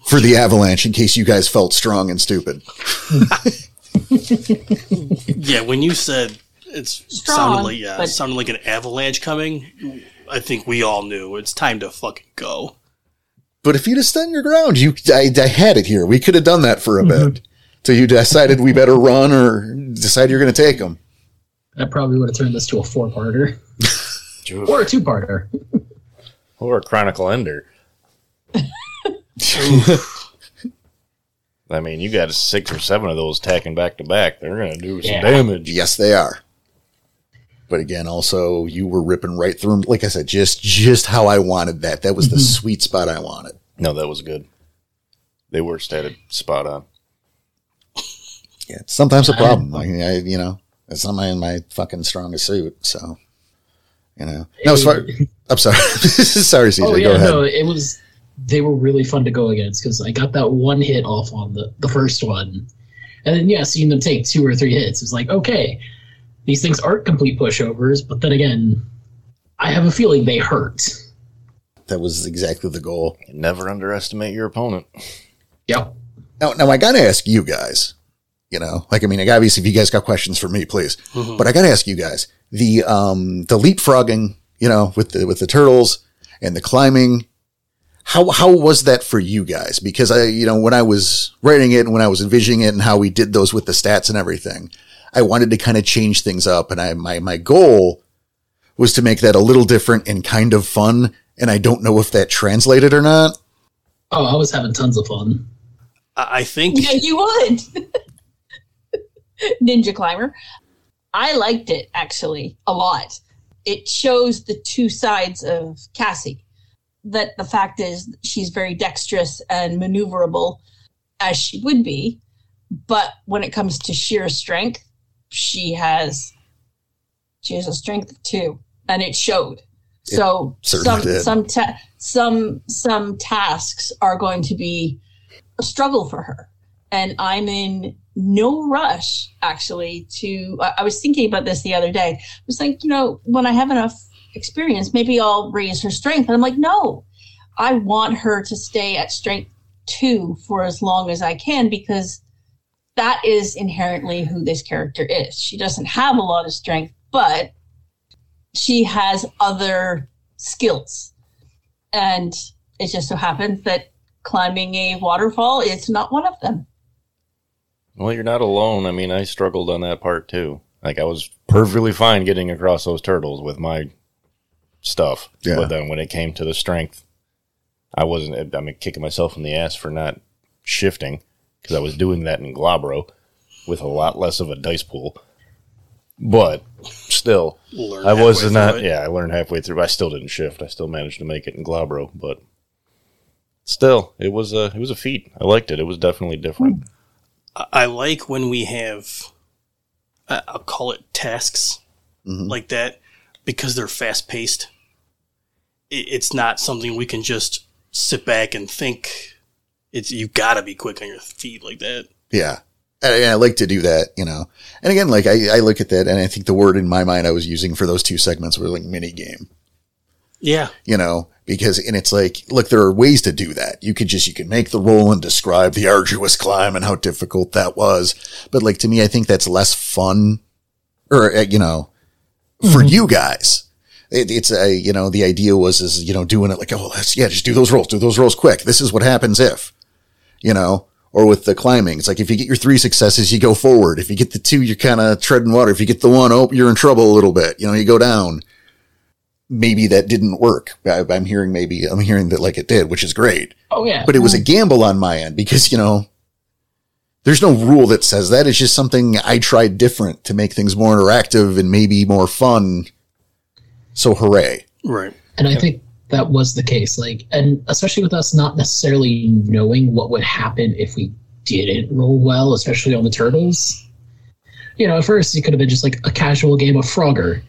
Speaker 1: for the avalanche in case you guys felt strong and stupid.
Speaker 2: Yeah, when you said it's sounded
Speaker 6: Strong,
Speaker 2: like yeah,
Speaker 6: but-
Speaker 2: sounded like an avalanche coming. I think we all knew it's time to fucking go.
Speaker 1: But if you'd have stood your ground, you I, I had it here. We could have done that for a bit till you decided we better run or decide you're going to take them.
Speaker 3: I probably would have turned this to a four-parter or a two-parter.
Speaker 5: Or a Chronicle Ender. I mean, you got six or seven of those tacking back to back. They're going to do some
Speaker 3: Yeah.
Speaker 5: damage.
Speaker 1: Yes, they are. But again, also you were ripping right through them. Like I said, just just how I wanted that. That was the sweet spot I wanted.
Speaker 5: No, that was good. They were stated spot on.
Speaker 1: Yeah, it's sometimes
Speaker 3: [LAUGHS]
Speaker 1: a problem. Like I, you know, it's not my my fucking strongest suit. So, you know, no. As far, I'm sorry. [LAUGHS] sorry, CJ.
Speaker 3: oh
Speaker 1: go
Speaker 3: yeah,
Speaker 1: ahead.
Speaker 3: no, it was. They were really fun to go against because I got that one hit off on the the first one, and then yeah, seeing them take two or three hits is like okay, these things aren't complete pushovers, but then again, I have a feeling they hurt.
Speaker 1: That was exactly the goal.
Speaker 5: Never underestimate your opponent.
Speaker 3: Yep.
Speaker 1: Now, now I gotta ask you guys. You know, like I mean, like, obviously, if you guys got questions for me, please.
Speaker 2: Mhm.
Speaker 1: But I gotta ask you guys the um the leapfrogging. You know, with the with the turtles and the climbing. How how was that for you guys? Because I you know when I was writing it and when I was envisioning it and how we did those with the stats and everything, I wanted to kind of change things up. And I my my goal was to make that a little different and kind of fun. And I don't know if that translated or not.
Speaker 3: Oh, I was having tons of fun.
Speaker 2: I, I think
Speaker 6: Yeah, you would. [LAUGHS] Ninja Climber. I liked it actually a lot. It shows the two sides of Cassie. That the fact is, she's very dexterous and maneuverable as she would be. But when it comes to sheer strength, she has she has a strength of two, and it showed. So some
Speaker 1: certainly did.
Speaker 6: some ta- some some tasks are going to be a struggle for her and i'm in no rush actually to I, I was thinking about this the other day i was like you know when i have enough experience maybe i'll raise her strength and i'm like no i want her to stay at strength two for as long as i can because that is inherently who this character is she doesn't have a lot of strength but she has other skills and it just so happens that climbing a waterfall is not one of them.
Speaker 5: Well, you're not alone. I mean, I struggled on that part too. Like, I was perfectly fine getting across those turtles with my stuff.
Speaker 1: Yeah.
Speaker 5: But then when it came to the strength, I wasn't, I mean, kicking myself in the ass for not shifting because I was doing that in Globro with a lot less of a dice pool. But still,
Speaker 2: learned
Speaker 5: I
Speaker 2: halfway
Speaker 5: was
Speaker 2: through
Speaker 5: not,
Speaker 2: it.
Speaker 5: yeah, I learned halfway through. I still didn't shift. I still managed to make it in Globro, but still, it was a, it was a feat. I liked it. It was definitely different.
Speaker 2: I I like when we have, I- I'll call it tasks
Speaker 1: Mhm.
Speaker 2: like that, because they're fast paced. It's not something we can just sit back and think. It's you got to be quick on your feet like that.
Speaker 1: Yeah. And I, and I like to do that, you know. And again, like I, I look at that and I think the word in my mind I was using for those two segments were like mini game,
Speaker 2: Yeah,
Speaker 1: you know, because, and it's like, look, there are ways to do that. You could just, you can make the roll and describe the arduous climb and how difficult that was. But like to me, I think that's less fun or, uh, you know, for you guys. It, it's a, you know, the idea was, is, you know, doing it like, oh, let's, yeah, just do those rolls, do those rolls quick. This is what happens if, you know, or with the climbing. It's like if you get your three successes, you go forward. If you get the two, you're kind of treading water. If you get the one, oh, you're in trouble a little bit. You know, you go down. Maybe that didn't work. I, I'm hearing maybe, I'm hearing that like it did, which is great
Speaker 3: Oh yeah.
Speaker 1: but it was a gamble on my end because you know there's no rule that says that it's just something i tried different to make things more interactive and maybe more fun So hooray.
Speaker 2: Right.
Speaker 3: And I think that was the case. Like, and especially with us not necessarily knowing what would happen if we didn't roll well, especially on the turtles. You know, at first it could have been just like a casual game of Frogger,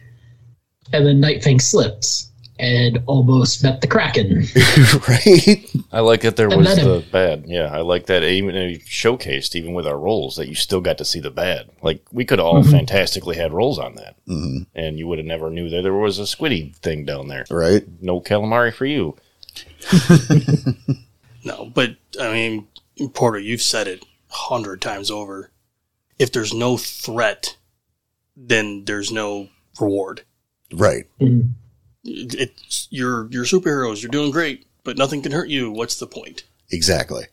Speaker 3: and then Nightfang slipped and almost met the Kraken.
Speaker 5: [LAUGHS]
Speaker 1: right?
Speaker 5: I like that there
Speaker 3: And
Speaker 5: was
Speaker 3: then-
Speaker 5: the bad. Yeah, I like that even it showcased even with our roles that you still got to see the bad. Like we could all
Speaker 3: Mm-hmm.
Speaker 5: fantastically had roles on that,
Speaker 1: hmm
Speaker 5: and you would have never knew that there was a squiddy thing down there.
Speaker 1: Right?
Speaker 5: No calamari for you.
Speaker 2: No, but I mean, Porter, you've said it a hundred times over. If there's no threat, then there's no reward.
Speaker 1: Right.
Speaker 3: Mhm.
Speaker 2: It- It's you're you're superheroes. You're doing great, but nothing can hurt you. What's the point?
Speaker 1: Exactly.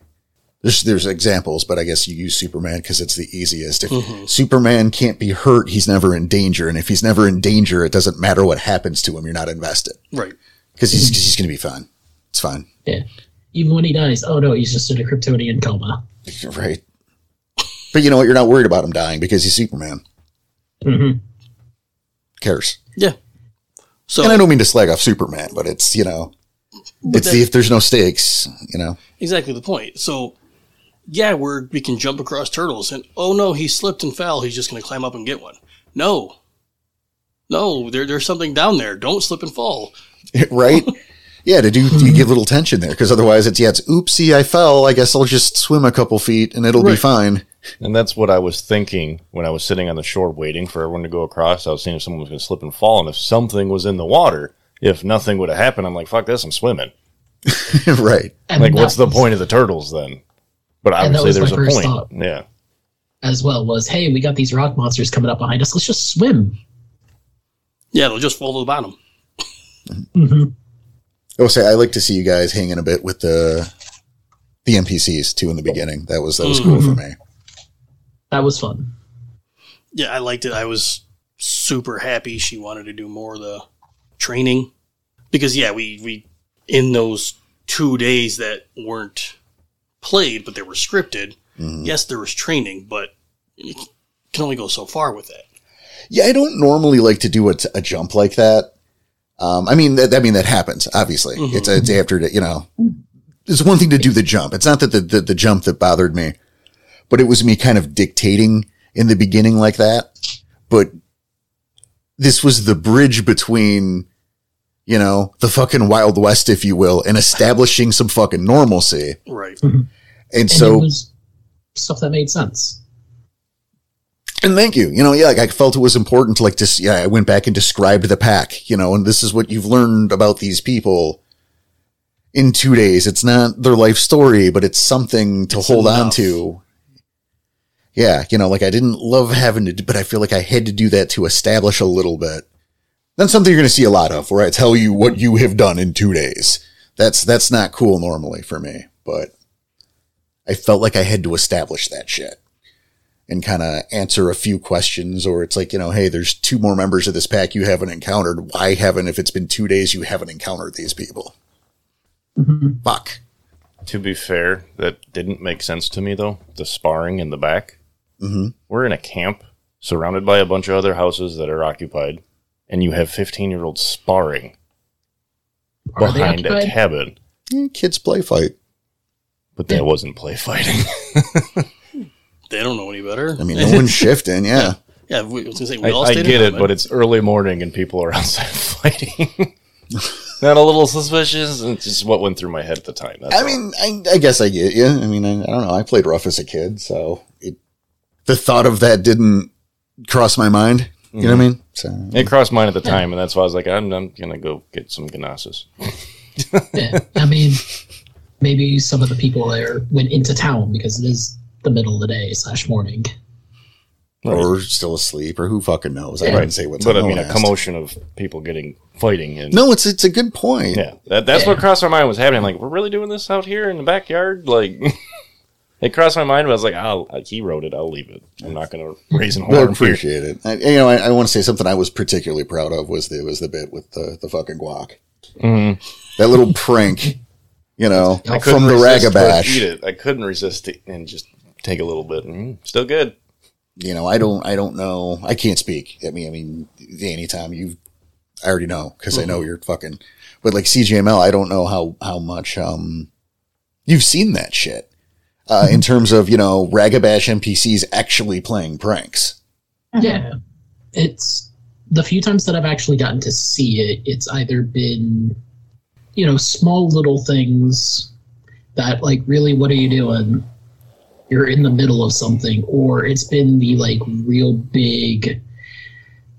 Speaker 1: There's, there's examples, but I guess you use Superman because it's the easiest. If
Speaker 2: Mhm.
Speaker 1: Superman can't be hurt, he's never in danger. And if he's never in danger, it doesn't matter what happens to him. You're not invested
Speaker 2: Right.
Speaker 1: because he's, 'cause he's going to be fine. It's fine. [LAUGHS]
Speaker 3: Yeah. Even when he dies, oh no, he's just in a Kryptonian coma.
Speaker 1: Right. But you know what? You're not worried about him dying because he's Superman.
Speaker 5: Mm-hmm.
Speaker 3: hmm
Speaker 1: Cares.
Speaker 2: Yeah. So
Speaker 1: And I don't mean to slag off Superman, but it's, you know, it's the if there's no stakes, you know. [LAUGHS]
Speaker 2: exactly the point. So yeah, we're we can jump across turtles, and oh no, he slipped and fell. He's just going to climb up and get one. No. No, there, there's something down there. Don't slip and fall. [LAUGHS]
Speaker 1: right? Yeah, to do you give a little tension there because otherwise it's yeah, it's oopsie, I fell. I guess I'll just swim a couple feet and it'll be
Speaker 2: Right.
Speaker 1: fine. [LAUGHS]
Speaker 5: And that's what I was thinking when I was sitting on the shore waiting for everyone to go across. I was seeing if someone was going to slip and fall, and if something was in the water. If nothing would have happened, I'm like, fuck this, I'm swimming.
Speaker 1: right.
Speaker 5: Like, what's the point of the turtles then? But
Speaker 3: And that
Speaker 5: obviously,
Speaker 3: was
Speaker 5: there's
Speaker 3: my
Speaker 5: a
Speaker 3: first
Speaker 5: point.
Speaker 3: thought.
Speaker 5: Yeah.
Speaker 3: As well was, hey, we got these rock monsters coming up behind us. Let's just swim.
Speaker 2: Yeah, they'll just fall to the bottom.
Speaker 5: Mm-hmm.
Speaker 3: hmm
Speaker 1: I will say I like to see you guys hanging a bit with the the NPCs too in the beginning. That was that
Speaker 2: Mm.
Speaker 1: was cool
Speaker 2: Mm-hmm.
Speaker 1: for me.
Speaker 3: That was fun.
Speaker 2: yeah, I liked it. I was super happy she wanted to do more of the training because yeah, we we in those two days that weren't played but they were scripted.
Speaker 1: Mm-hmm.
Speaker 2: Yes, there was training, but you can only go so far with that.
Speaker 1: Yeah, I don't normally like to do a, a jump like that. Um, I mean, that, I mean that happens. Obviously,
Speaker 3: Mm-hmm.
Speaker 1: it's it's after the- you know. It's one thing to do the jump. It's not that the, the the jump that bothered me, but it was me kind of dictating in the beginning like that. But this was the bridge between, you know, the fucking Wild West, if you will, and establishing some fucking normalcy.
Speaker 2: Right.
Speaker 1: And
Speaker 3: And
Speaker 1: so
Speaker 3: it was stuff that made sense.
Speaker 1: And thank you. You know, yeah, like I felt it was important to like just, yeah, I went back and described the pack, you know, and this is what you've learned about these people in two days. It's not their life story, but it's something to
Speaker 2: It's
Speaker 1: hold on
Speaker 2: enough.
Speaker 1: to. Yeah. You know, like I didn't love having to, do- but I feel like I had to do that to establish a little bit. That's something you're going to see a lot of where I tell you what you have done in two days. That's, that's not cool normally for me, but I felt like I had to establish that shit and kind of answer a few questions or it's like you know hey there's two more members of this pack you haven't encountered why haven't if it's been two days you haven't encountered these people
Speaker 5: Mm-hmm.
Speaker 1: fuck
Speaker 5: To be fair, that didn't make sense to me though. The sparring in the back.
Speaker 1: Mhm.
Speaker 5: We're in a camp surrounded by a bunch of other houses that are occupied, and you have 15 year olds sparring
Speaker 3: Are they
Speaker 5: behind a
Speaker 3: occupied?
Speaker 5: [LAUGHS] cabin.
Speaker 1: Eh, kids play fight
Speaker 5: But that wasn't play fighting.
Speaker 2: They don't know any better. [LAUGHS]
Speaker 1: i mean no
Speaker 5: [LAUGHS]
Speaker 1: one's shifting yeah
Speaker 2: yeah, we, I was gonna say [LAUGHS] we
Speaker 5: I,
Speaker 2: all
Speaker 5: I
Speaker 2: stayed in
Speaker 5: get it,
Speaker 2: on
Speaker 5: but it's early morning and people are [LAUGHS] outside
Speaker 2: [LAUGHS]
Speaker 5: fighting. Not a little suspicious. It's just what went through my head at the time. That's
Speaker 1: i
Speaker 5: all.
Speaker 1: mean I, I guess i get you i mean I, I don't know i played rough as a kid so it, the thought of that didn't cross my mind you know what i mean so
Speaker 5: it crossed mine at the time, and that's why I was like, I'm, I'm gonna go get some ganasis.
Speaker 3: yeah. I mean, maybe some of the people there went into town because it is the middle of the day slash morning.
Speaker 1: or still asleep or who fucking knows i didn't say what's
Speaker 5: But I
Speaker 1: no
Speaker 5: mean,
Speaker 1: one
Speaker 5: a
Speaker 1: asked.
Speaker 5: commotion of people getting fighting and
Speaker 1: no it's it's a good point
Speaker 5: Yeah, that, that's what crossed my mind was happening. Like, we're really doing this out here in the backyard? Like, [LAUGHS] it crossed my mind, but I was like, I'll, like, he wrote it. I'll leave it. I'm not going to raise an
Speaker 1: Well, I
Speaker 5: horn for you.
Speaker 1: appreciate it. I, you know, I, I want to say something I was particularly proud of was the was the bit with the the fucking guac. Mm-hmm.
Speaker 5: Mhm.
Speaker 1: That little prank, you know,
Speaker 5: I couldn't
Speaker 1: from the
Speaker 5: resist but Eat
Speaker 1: ragabash.
Speaker 5: it. I couldn't resist it and just take a little bit. Mm, still good.
Speaker 1: You know, I don't, I don't know. I can't speak. I mean, I mean, anytime you, I already know because I know
Speaker 5: Mm-hmm.
Speaker 1: you're fucking. But like CGML, I don't know how how much um you've seen that shit uh,
Speaker 5: Mm-hmm.
Speaker 1: in terms of you know ragabash NPCs actually playing pranks.
Speaker 3: Yeah. It's the few times that I've actually gotten to see it, it's either been, you know, small little things that, like, really, what are you doing? You're in the middle of something, or it's been the, like, real big,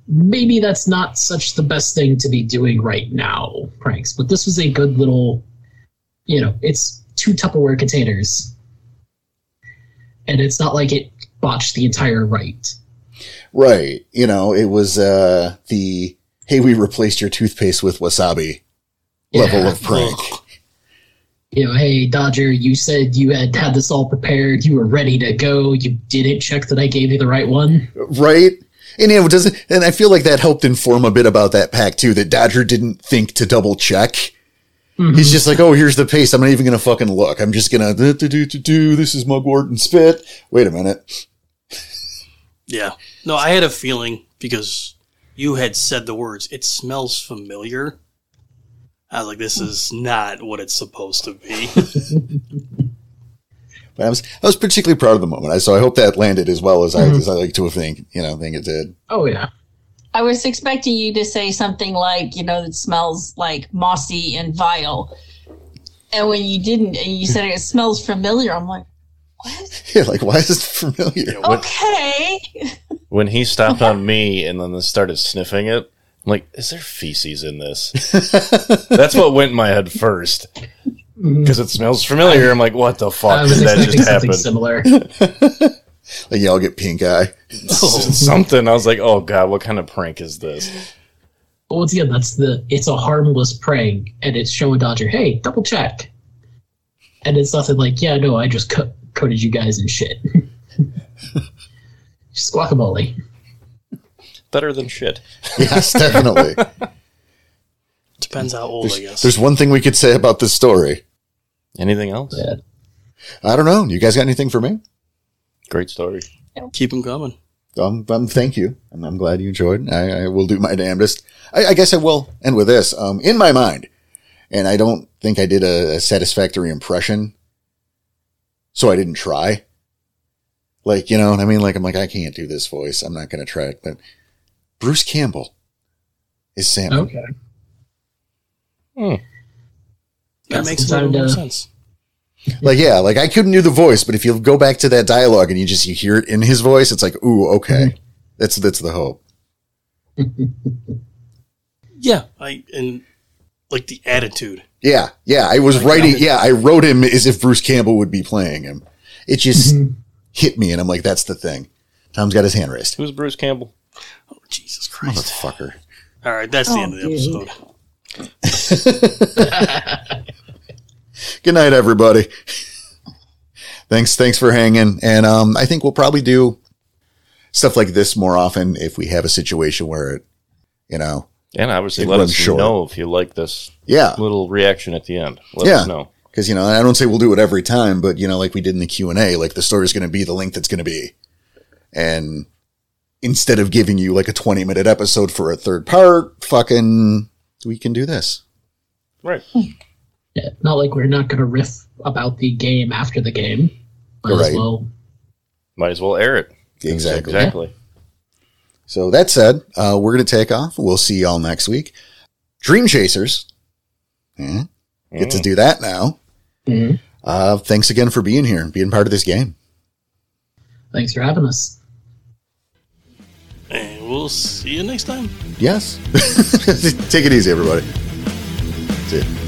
Speaker 3: maybe that's not such the best thing to be doing right now pranks. But this was a good little, you know, it's two Tupperware containers. And it's not like it botched the entire right.
Speaker 1: Right. You know, it was uh the hey, we replaced your toothpaste with wasabi level
Speaker 3: Yeah.
Speaker 1: of prank.
Speaker 3: you know, hey Dodger, you said you had had this all prepared, you were ready to go, you didn't check that I gave you the right one.
Speaker 1: right? And you know, does it, and I feel like that helped inform a bit about that pack too, that Dodger didn't think to double check. He's just like, oh, here's the paste. I'm not even going to fucking look. I'm just going to do, do, do, do, do. This is mugwort and spit. Wait a minute.
Speaker 2: Yeah. No, I had a feeling because you had said the words, it smells familiar. I was like, this is not what it's supposed to
Speaker 5: [LAUGHS]
Speaker 2: be.
Speaker 1: But I was, I was particularly proud of the moment. I, so I hope that landed as well as I, as I like to have think, you know, think it did. [LAUGHS]
Speaker 3: Oh yeah.
Speaker 6: I was expecting you to say something like, you know, that smells like mossy and vile. And when you didn't, and you said it smells familiar, I'm like, what?
Speaker 1: Yeah, like, why is this [LAUGHS] familiar?
Speaker 2: Yeah, what-
Speaker 6: Okay.
Speaker 5: When he stopped on me and then started sniffing it, I'm like, is there feces in this? That's what went in my head first because it smells familiar. I'm like, what the
Speaker 3: I
Speaker 5: fuck
Speaker 3: was
Speaker 5: did that
Speaker 3: expecting
Speaker 5: just
Speaker 3: something
Speaker 5: happen?
Speaker 3: similar.
Speaker 5: [LAUGHS]
Speaker 1: Like, yeah, I'll get pink eye. [LAUGHS]
Speaker 5: [LAUGHS] Something. I was like, oh god, what kind of prank is this?
Speaker 3: but once again, that's the it's a harmless prank and it's showing Dodger, hey, double check. And it's nothing like, yeah, no, I just co- coated you guys in shit. [LAUGHS] just guacamole.
Speaker 5: Better than shit.
Speaker 1: Yes, definitely.
Speaker 2: Depends how old, I guess.
Speaker 1: There's one thing we could say about this story.
Speaker 5: Anything else?
Speaker 3: Yeah.
Speaker 1: I don't know. You guys got anything for me?
Speaker 5: Great story.
Speaker 2: Keep them coming.
Speaker 1: Um, um, thank you. And I'm glad you enjoyed. I, I will do my damnedest. I, I guess I will end with this. Um, in my mind, and I don't think I did a, a satisfactory impression, so I didn't try. Like, you know what I mean? Like, I'm like, I can't do this voice. I'm not going to try it. But Bruce Campbell is Salmon.
Speaker 3: Okay.
Speaker 2: That
Speaker 3: That's
Speaker 2: makes a
Speaker 3: the
Speaker 2: little
Speaker 3: time
Speaker 2: more
Speaker 3: to-
Speaker 2: sense.
Speaker 1: Like, yeah, like I couldn't do the voice, but if you go back to that dialogue and you just you hear it in his voice, it's like, ooh, okay. That's that's the hope.
Speaker 2: Yeah. I And like the attitude.
Speaker 1: Yeah, yeah. I was writing. Yeah, I wrote him as if Bruce Campbell would be playing him. It just hit me, and I'm like, that's the thing. Tom's got his hand raised.
Speaker 5: Who's Bruce Campbell?
Speaker 2: Oh, Jesus Christ.
Speaker 1: Motherfucker.
Speaker 2: All right. That's the
Speaker 6: Oh,
Speaker 2: end of the
Speaker 6: dude.
Speaker 2: episode.
Speaker 1: Good night, everybody. thanks, thanks for hanging. And um, I think we'll probably do stuff like this more often if we have a situation where it, you know,
Speaker 5: And obviously,
Speaker 1: It
Speaker 5: let
Speaker 1: runs
Speaker 5: us
Speaker 1: short.
Speaker 5: know if you like this
Speaker 1: yeah,
Speaker 5: little reaction at the end. Let
Speaker 1: Yeah.
Speaker 5: us know.
Speaker 1: because you know, I don't say we'll do it every time, but you know, like we did in the Q and A, like the story's going to be the length it's going to be, and instead of giving you like a twenty minute episode for a third part, fucking, we can do this.
Speaker 5: Right.
Speaker 3: Yeah, not like we're not gonna riff about the game after the game. Might as
Speaker 1: Right.
Speaker 3: well
Speaker 5: Might as well air it.
Speaker 1: Exactly.
Speaker 5: Exactly.
Speaker 1: So that said, uh, we're going to take off. We'll see y'all next week. Dream Chasers, Eh, get to do that now.
Speaker 3: Mhm.
Speaker 1: Uh, thanks again for being here and being part of this game.
Speaker 3: thanks for having us.
Speaker 2: And we'll see you next time.
Speaker 1: [LAUGHS] Yes, take it easy, everybody. That's it.